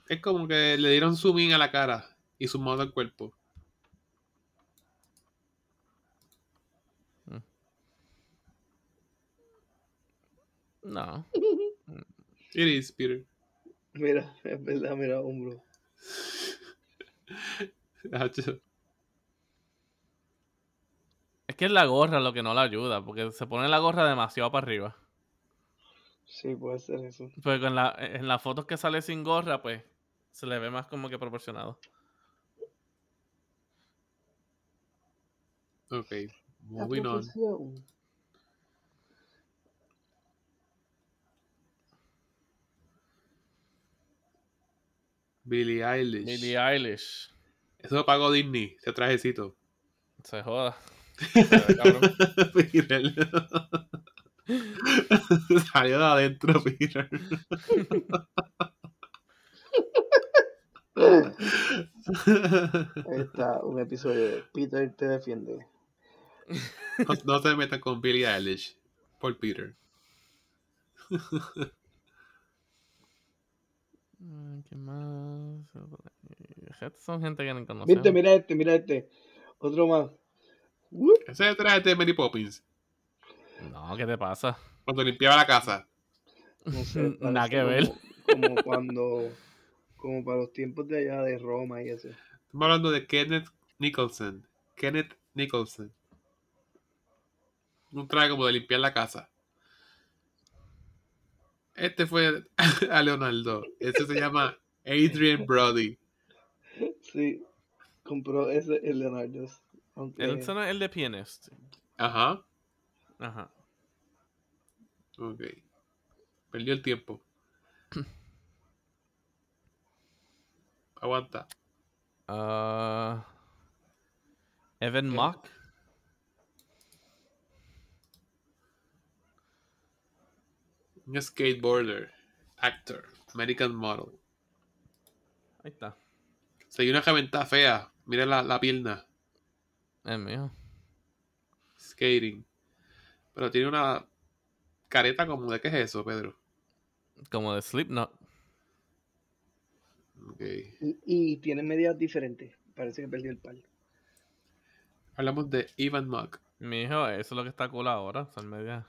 Speaker 1: Es como que le dieron zoom in a la cara y sumado al cuerpo.
Speaker 2: No.
Speaker 1: It is, Peter.
Speaker 3: Mira, es verdad, mira, hombro.
Speaker 1: Hacho.
Speaker 2: Es que es la gorra lo que no la ayuda, porque se pone la gorra demasiado para arriba.
Speaker 3: Sí, puede ser eso.
Speaker 2: Pero con la, en las fotos que sale sin gorra, pues se le ve más como que proporcionado.
Speaker 1: Ok,
Speaker 3: La
Speaker 1: moving on.
Speaker 3: profesión.
Speaker 1: Billie Eilish.
Speaker 2: Billie Eilish.
Speaker 1: Eso lo pagó Disney, ese trajecito.
Speaker 2: Se joda. Se ve cabrón.
Speaker 1: Peter. Salió de adentro, Peter.
Speaker 3: Ahí está un episodio de Peter te defiende.
Speaker 1: No, no se metan con Billie Eilish por Peter.
Speaker 2: Mm, ¿Qué más? Estas son gente que no conocemos.
Speaker 3: Viste, mira este, mira este. Otro más. Whoop.
Speaker 1: Ese es el traje de Mary Poppins
Speaker 2: No, ¿qué te pasa?
Speaker 1: cuando limpiaba la casa.
Speaker 3: No
Speaker 2: Nada
Speaker 3: parece
Speaker 2: que ver.
Speaker 3: Como, como cuando, como para los tiempos de allá de Roma y eso.
Speaker 1: Estamos hablando de Kenneth Nicholson. Kenneth Nicholson. Un traje como de limpiar la casa. Este fue a Leonardo. Este se llama Adrian Brody.
Speaker 3: Sí, compró ese el Leonardo. Aunque...
Speaker 2: Él no es el de pianist.
Speaker 1: Ajá.
Speaker 2: Ajá.
Speaker 1: Ok. Perdió el tiempo. Aguanta.
Speaker 2: Ah, Evan Mock.
Speaker 1: Un skateboarder. Actor. American model.
Speaker 2: Ahí está.
Speaker 1: Se dio una reventada fea. Mira la, la pierna.
Speaker 2: Es mío.
Speaker 1: Skating. Pero tiene una careta como de qué es eso, Pedro.
Speaker 2: Como de Slipknot.
Speaker 1: Ok.
Speaker 3: Y, y tiene medidas diferentes. Parece que perdió el palo.
Speaker 1: Hablamos de Ivan Mock.
Speaker 2: Mi hijo, eso es lo que está cool ahora. Son medias.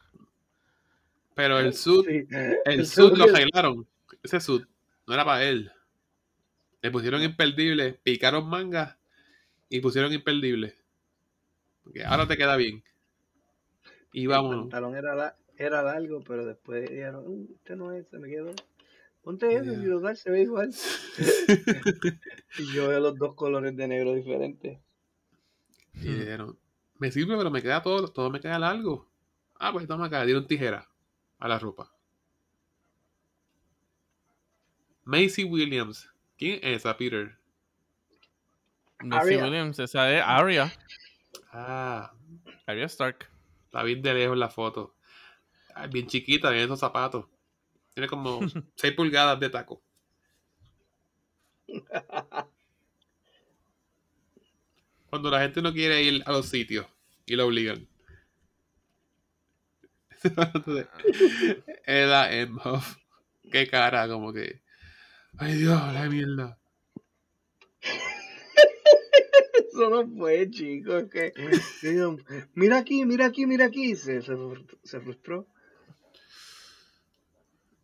Speaker 1: Pero el sud,
Speaker 3: Sí.
Speaker 1: el
Speaker 3: el
Speaker 1: sud
Speaker 3: sud
Speaker 1: lo
Speaker 3: es-
Speaker 1: arreglaron. Ese sud no era para él. Le pusieron imperdible, picaron manga y pusieron imperdible. Ok, ahora te queda bien. Y
Speaker 3: El
Speaker 1: vámonos.
Speaker 3: pantalón era, la- era largo, pero después dijeron, "Mm, este no es, se me quedó. Ponte ese,
Speaker 1: Yeah.
Speaker 3: si total se ve igual. Y yo veo los dos colores de negro diferentes.
Speaker 1: Y dijeron, me sirve, pero me queda todo, todo me queda largo. Ah, pues toma acá, le dieron tijera a la ropa. Macy Williams. ¿Quién es esa, Peter?
Speaker 2: Missy
Speaker 3: Aria.
Speaker 2: Williams, esa es Aria.
Speaker 1: Ah,
Speaker 2: Arya Stark.
Speaker 1: Está bien de lejos la foto. Ay, Bien chiquita, bien esos zapatos. Tiene como 6 pulgadas de taco. Cuando la gente no quiere ir a los sitios y lo obligan. Ella M. Huff. Qué cara, como que. Ay Dios, la mierda.
Speaker 3: Eso no fue, chicos. Que, digo, mira aquí, mira aquí, mira aquí. Se, se, frustr- se frustró.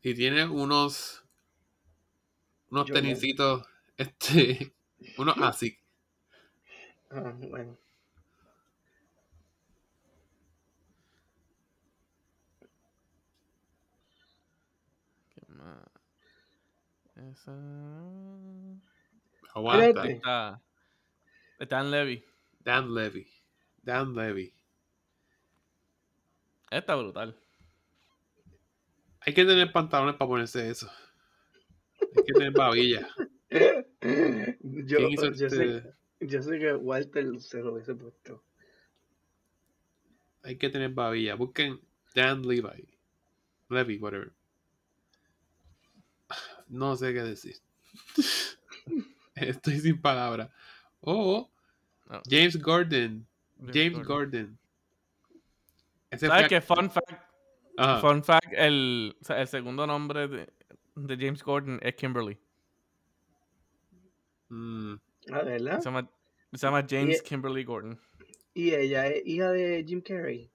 Speaker 1: Y tiene unos. Unos
Speaker 3: Jordan.
Speaker 1: tenisitos. Este. Unos ASIC.
Speaker 3: Ah, bueno.
Speaker 2: ¿Qué más? Esa.
Speaker 1: Aguanta.
Speaker 3: Espérate.
Speaker 2: Está. Está en Levy.
Speaker 1: Dan Levy. Dan Levy.
Speaker 2: Está brutal.
Speaker 1: Hay que tener pantalones para ponerse eso. Hay que tener babilla.
Speaker 3: Yo,
Speaker 1: ¿Quién hizo
Speaker 3: yo sé,
Speaker 1: este?
Speaker 3: yo sé que Walter se lo hubiese puesto.
Speaker 1: Hay que tener babilla. Busquen Dan Levi. Levy, whatever. No sé qué decir. Estoy sin palabras. O
Speaker 2: No.
Speaker 1: James Gordon. James Gordon. Ese
Speaker 2: ¿Sabes
Speaker 1: fue-
Speaker 2: qué? Fun fact.
Speaker 1: Ajá.
Speaker 2: Fun fact: el, o sea, el segundo nombre de, de James Gordon es Kimberly.
Speaker 1: Mm,
Speaker 3: Ah, ¿verdad?
Speaker 2: Se llama, se llama James
Speaker 3: Y-
Speaker 2: Kimberly Gordon.
Speaker 3: Y ella es hija de Jim Carrey.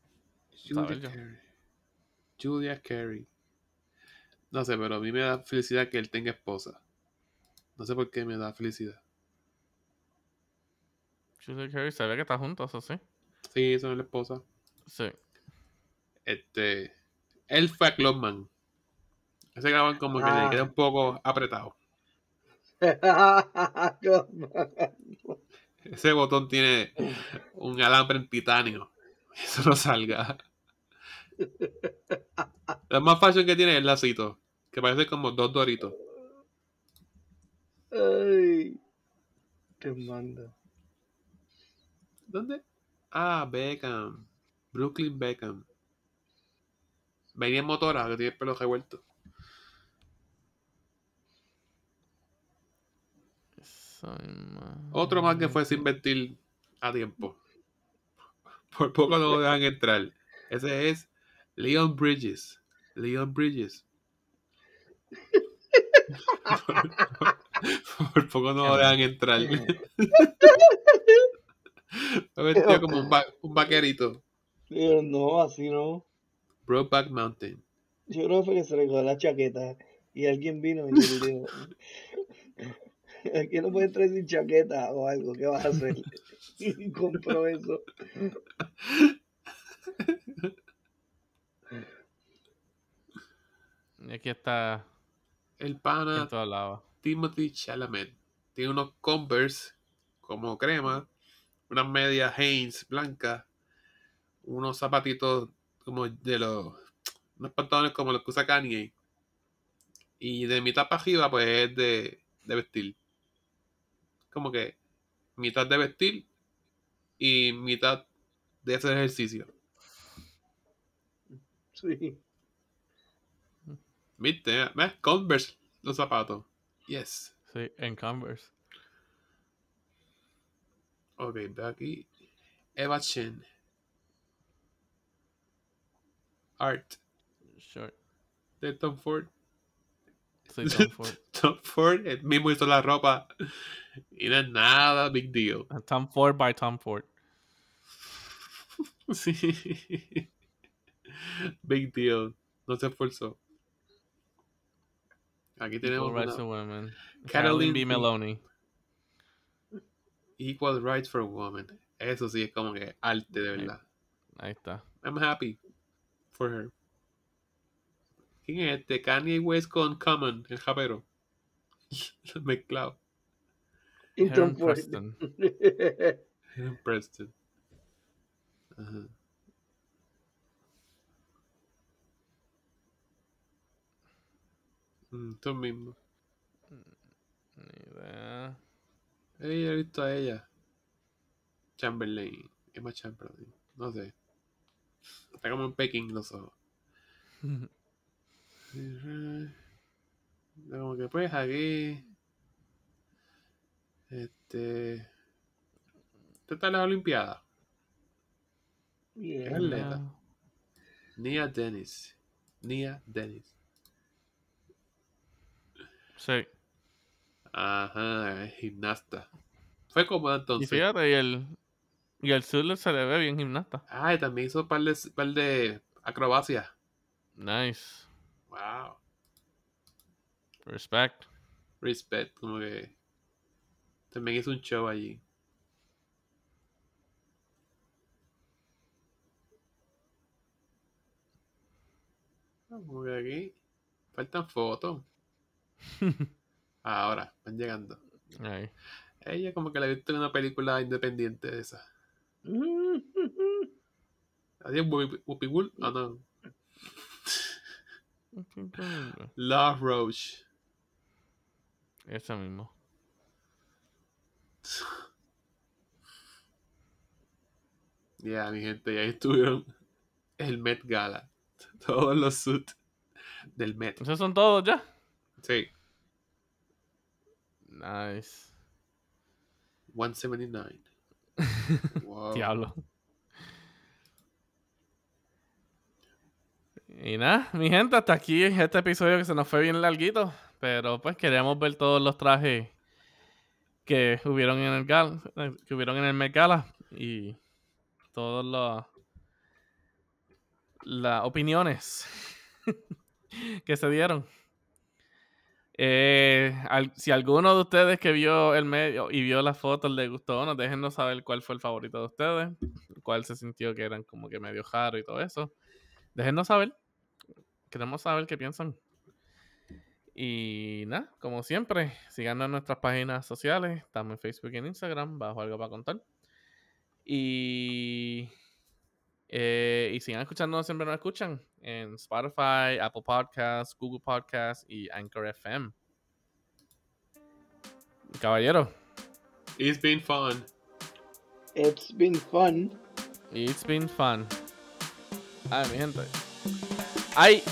Speaker 1: Julia
Speaker 2: yo.
Speaker 1: Carey. Julia Carey. No sé, pero a mí me da felicidad que él tenga esposa. No sé por qué me da felicidad.
Speaker 2: Julia Carey se ve que está juntos, ¿o sí?
Speaker 1: Sí, eso no es la esposa.
Speaker 2: Sí.
Speaker 1: Este. Él fue a Clubman. Ese cabrón como que
Speaker 3: Ah.
Speaker 1: le queda un poco apretado. Ese botón tiene un alambre en titanio. Eso no salga. Lo más fashion que tiene es el lacito. Que parece como dos doritos.
Speaker 3: Ay, te mando.
Speaker 1: ¿Dónde? Ah, Beckham. Brooklyn Beckham. Venía en motora, que tiene el pelo revuelto.
Speaker 2: Soy más-
Speaker 1: Otro más que fue sin vestir a tiempo. Por poco no lo dejan entrar. Ese es Leon Bridges. Leon Bridges. Por poco no lo dejan entrar. Está vestido como un, va- un vaquerito.
Speaker 3: Pero no, así no.
Speaker 1: Brokeback Mountain.
Speaker 3: Yo creo que fue que se le quedó la chaqueta y alguien vino y le dijo: Aquí no puede entrar sin chaqueta o algo, ¿qué vas a hacer? Y compró eso.
Speaker 2: Y aquí está
Speaker 1: El pana
Speaker 2: en todos lados.
Speaker 1: Timothy Chalamet. Tiene unos Converse como crema, unas medias Hanes blancas, unos zapatitos como de los. unos pantalones como los que usa Kanye. Y de mitad para arriba, pues es de, de vestir. Como que mitad de vestir y mitad de hacer ejercicio.
Speaker 3: Sí.
Speaker 1: ¿Viste? ¿Ves? Converse, los zapatos. Yes.
Speaker 2: Sí, en Converse.
Speaker 1: Ok, ve aquí. Eva Chen. Art.
Speaker 2: Short.
Speaker 1: De Tom Ford.
Speaker 2: Sí, Tom Ford.
Speaker 1: Tom Ford, el mismo hizo la ropa. Y no es nada, big deal.
Speaker 2: Tom Ford by Tom Ford.
Speaker 1: Sí. Big deal. No se esforzó. Aquí tenemos
Speaker 2: Equal Rights
Speaker 1: una-
Speaker 2: of Women.
Speaker 1: Caroline
Speaker 2: Caroline B.
Speaker 1: B.
Speaker 2: Meloni.
Speaker 1: Equal Rights for Women. Eso sí es como que arte, de verdad.
Speaker 2: Ahí está.
Speaker 1: I'm happy for her. ¿Quién es este? Kanye West con Common, el japero. Mezclado.
Speaker 3: Y Tom
Speaker 2: Heron
Speaker 3: Ford.
Speaker 2: Preston.
Speaker 1: Heron Preston. Ajá. Mm, tú mismo.
Speaker 2: Ni idea.
Speaker 1: Ella he visto a ella. Chamberlain. Es más Chamberlain. No sé. Está como en Pekín los ojos. Está Como que pues aquí. Este. Esta está en las Olimpiadas.
Speaker 3: Bien.
Speaker 1: Es atleta. Nia Dennis. Nia Dennis.
Speaker 2: Sí.
Speaker 1: Ajá, es gimnasta. Fue cómoda
Speaker 2: Y
Speaker 1: entonces.
Speaker 2: fíjate, y el, y el Zulu se le ve bien gimnasta.
Speaker 1: Ah, y también hizo un par de, par de acrobacias.
Speaker 2: Nice.
Speaker 1: Wow.
Speaker 2: Respect.
Speaker 1: Respect, como que. También hizo un show allí. Ah, Como que aquí. Faltan fotos. Ahora, van llegando.
Speaker 2: Ahí.
Speaker 1: Ella como que la he visto en una película independiente de esa. Así es Whoopi Whoopi Gould? Ah, no. Love Roach.
Speaker 2: Ese mismo.
Speaker 1: Ya, mi gente, ya estuvieron el Met Gala. Todos los suits del Met.
Speaker 2: ¿Esos son todos ya?
Speaker 1: Sí,
Speaker 2: Nice.
Speaker 1: 179. Wow.
Speaker 2: Diablo. Y nada, mi gente, hasta aquí este episodio que se nos fue bien larguito. Pero pues queríamos ver todos los trajes que hubieron en el gal eh, que hubieron en el Met Gala y todas las las opiniones que se dieron. Eh, al- si alguno de ustedes que vio el medio y vio las fotos le gustó o no, déjennos saber cuál fue el favorito de ustedes, cuál se sintió que eran como que medio jaro y todo eso. Déjennos saber. Queremos saber qué piensan. Y nada, como siempre, síganos en nuestras páginas sociales. Estamos en Facebook y en Instagram, bajo algo para contar. Y, eh, y sigan escuchándonos, siempre nos escuchan en Spotify, Apple Podcasts, Google Podcasts y Anchor FM. Caballero,
Speaker 1: It's been fun.
Speaker 3: It's been fun.
Speaker 2: it's been fun. Ay, mi gente. Ay.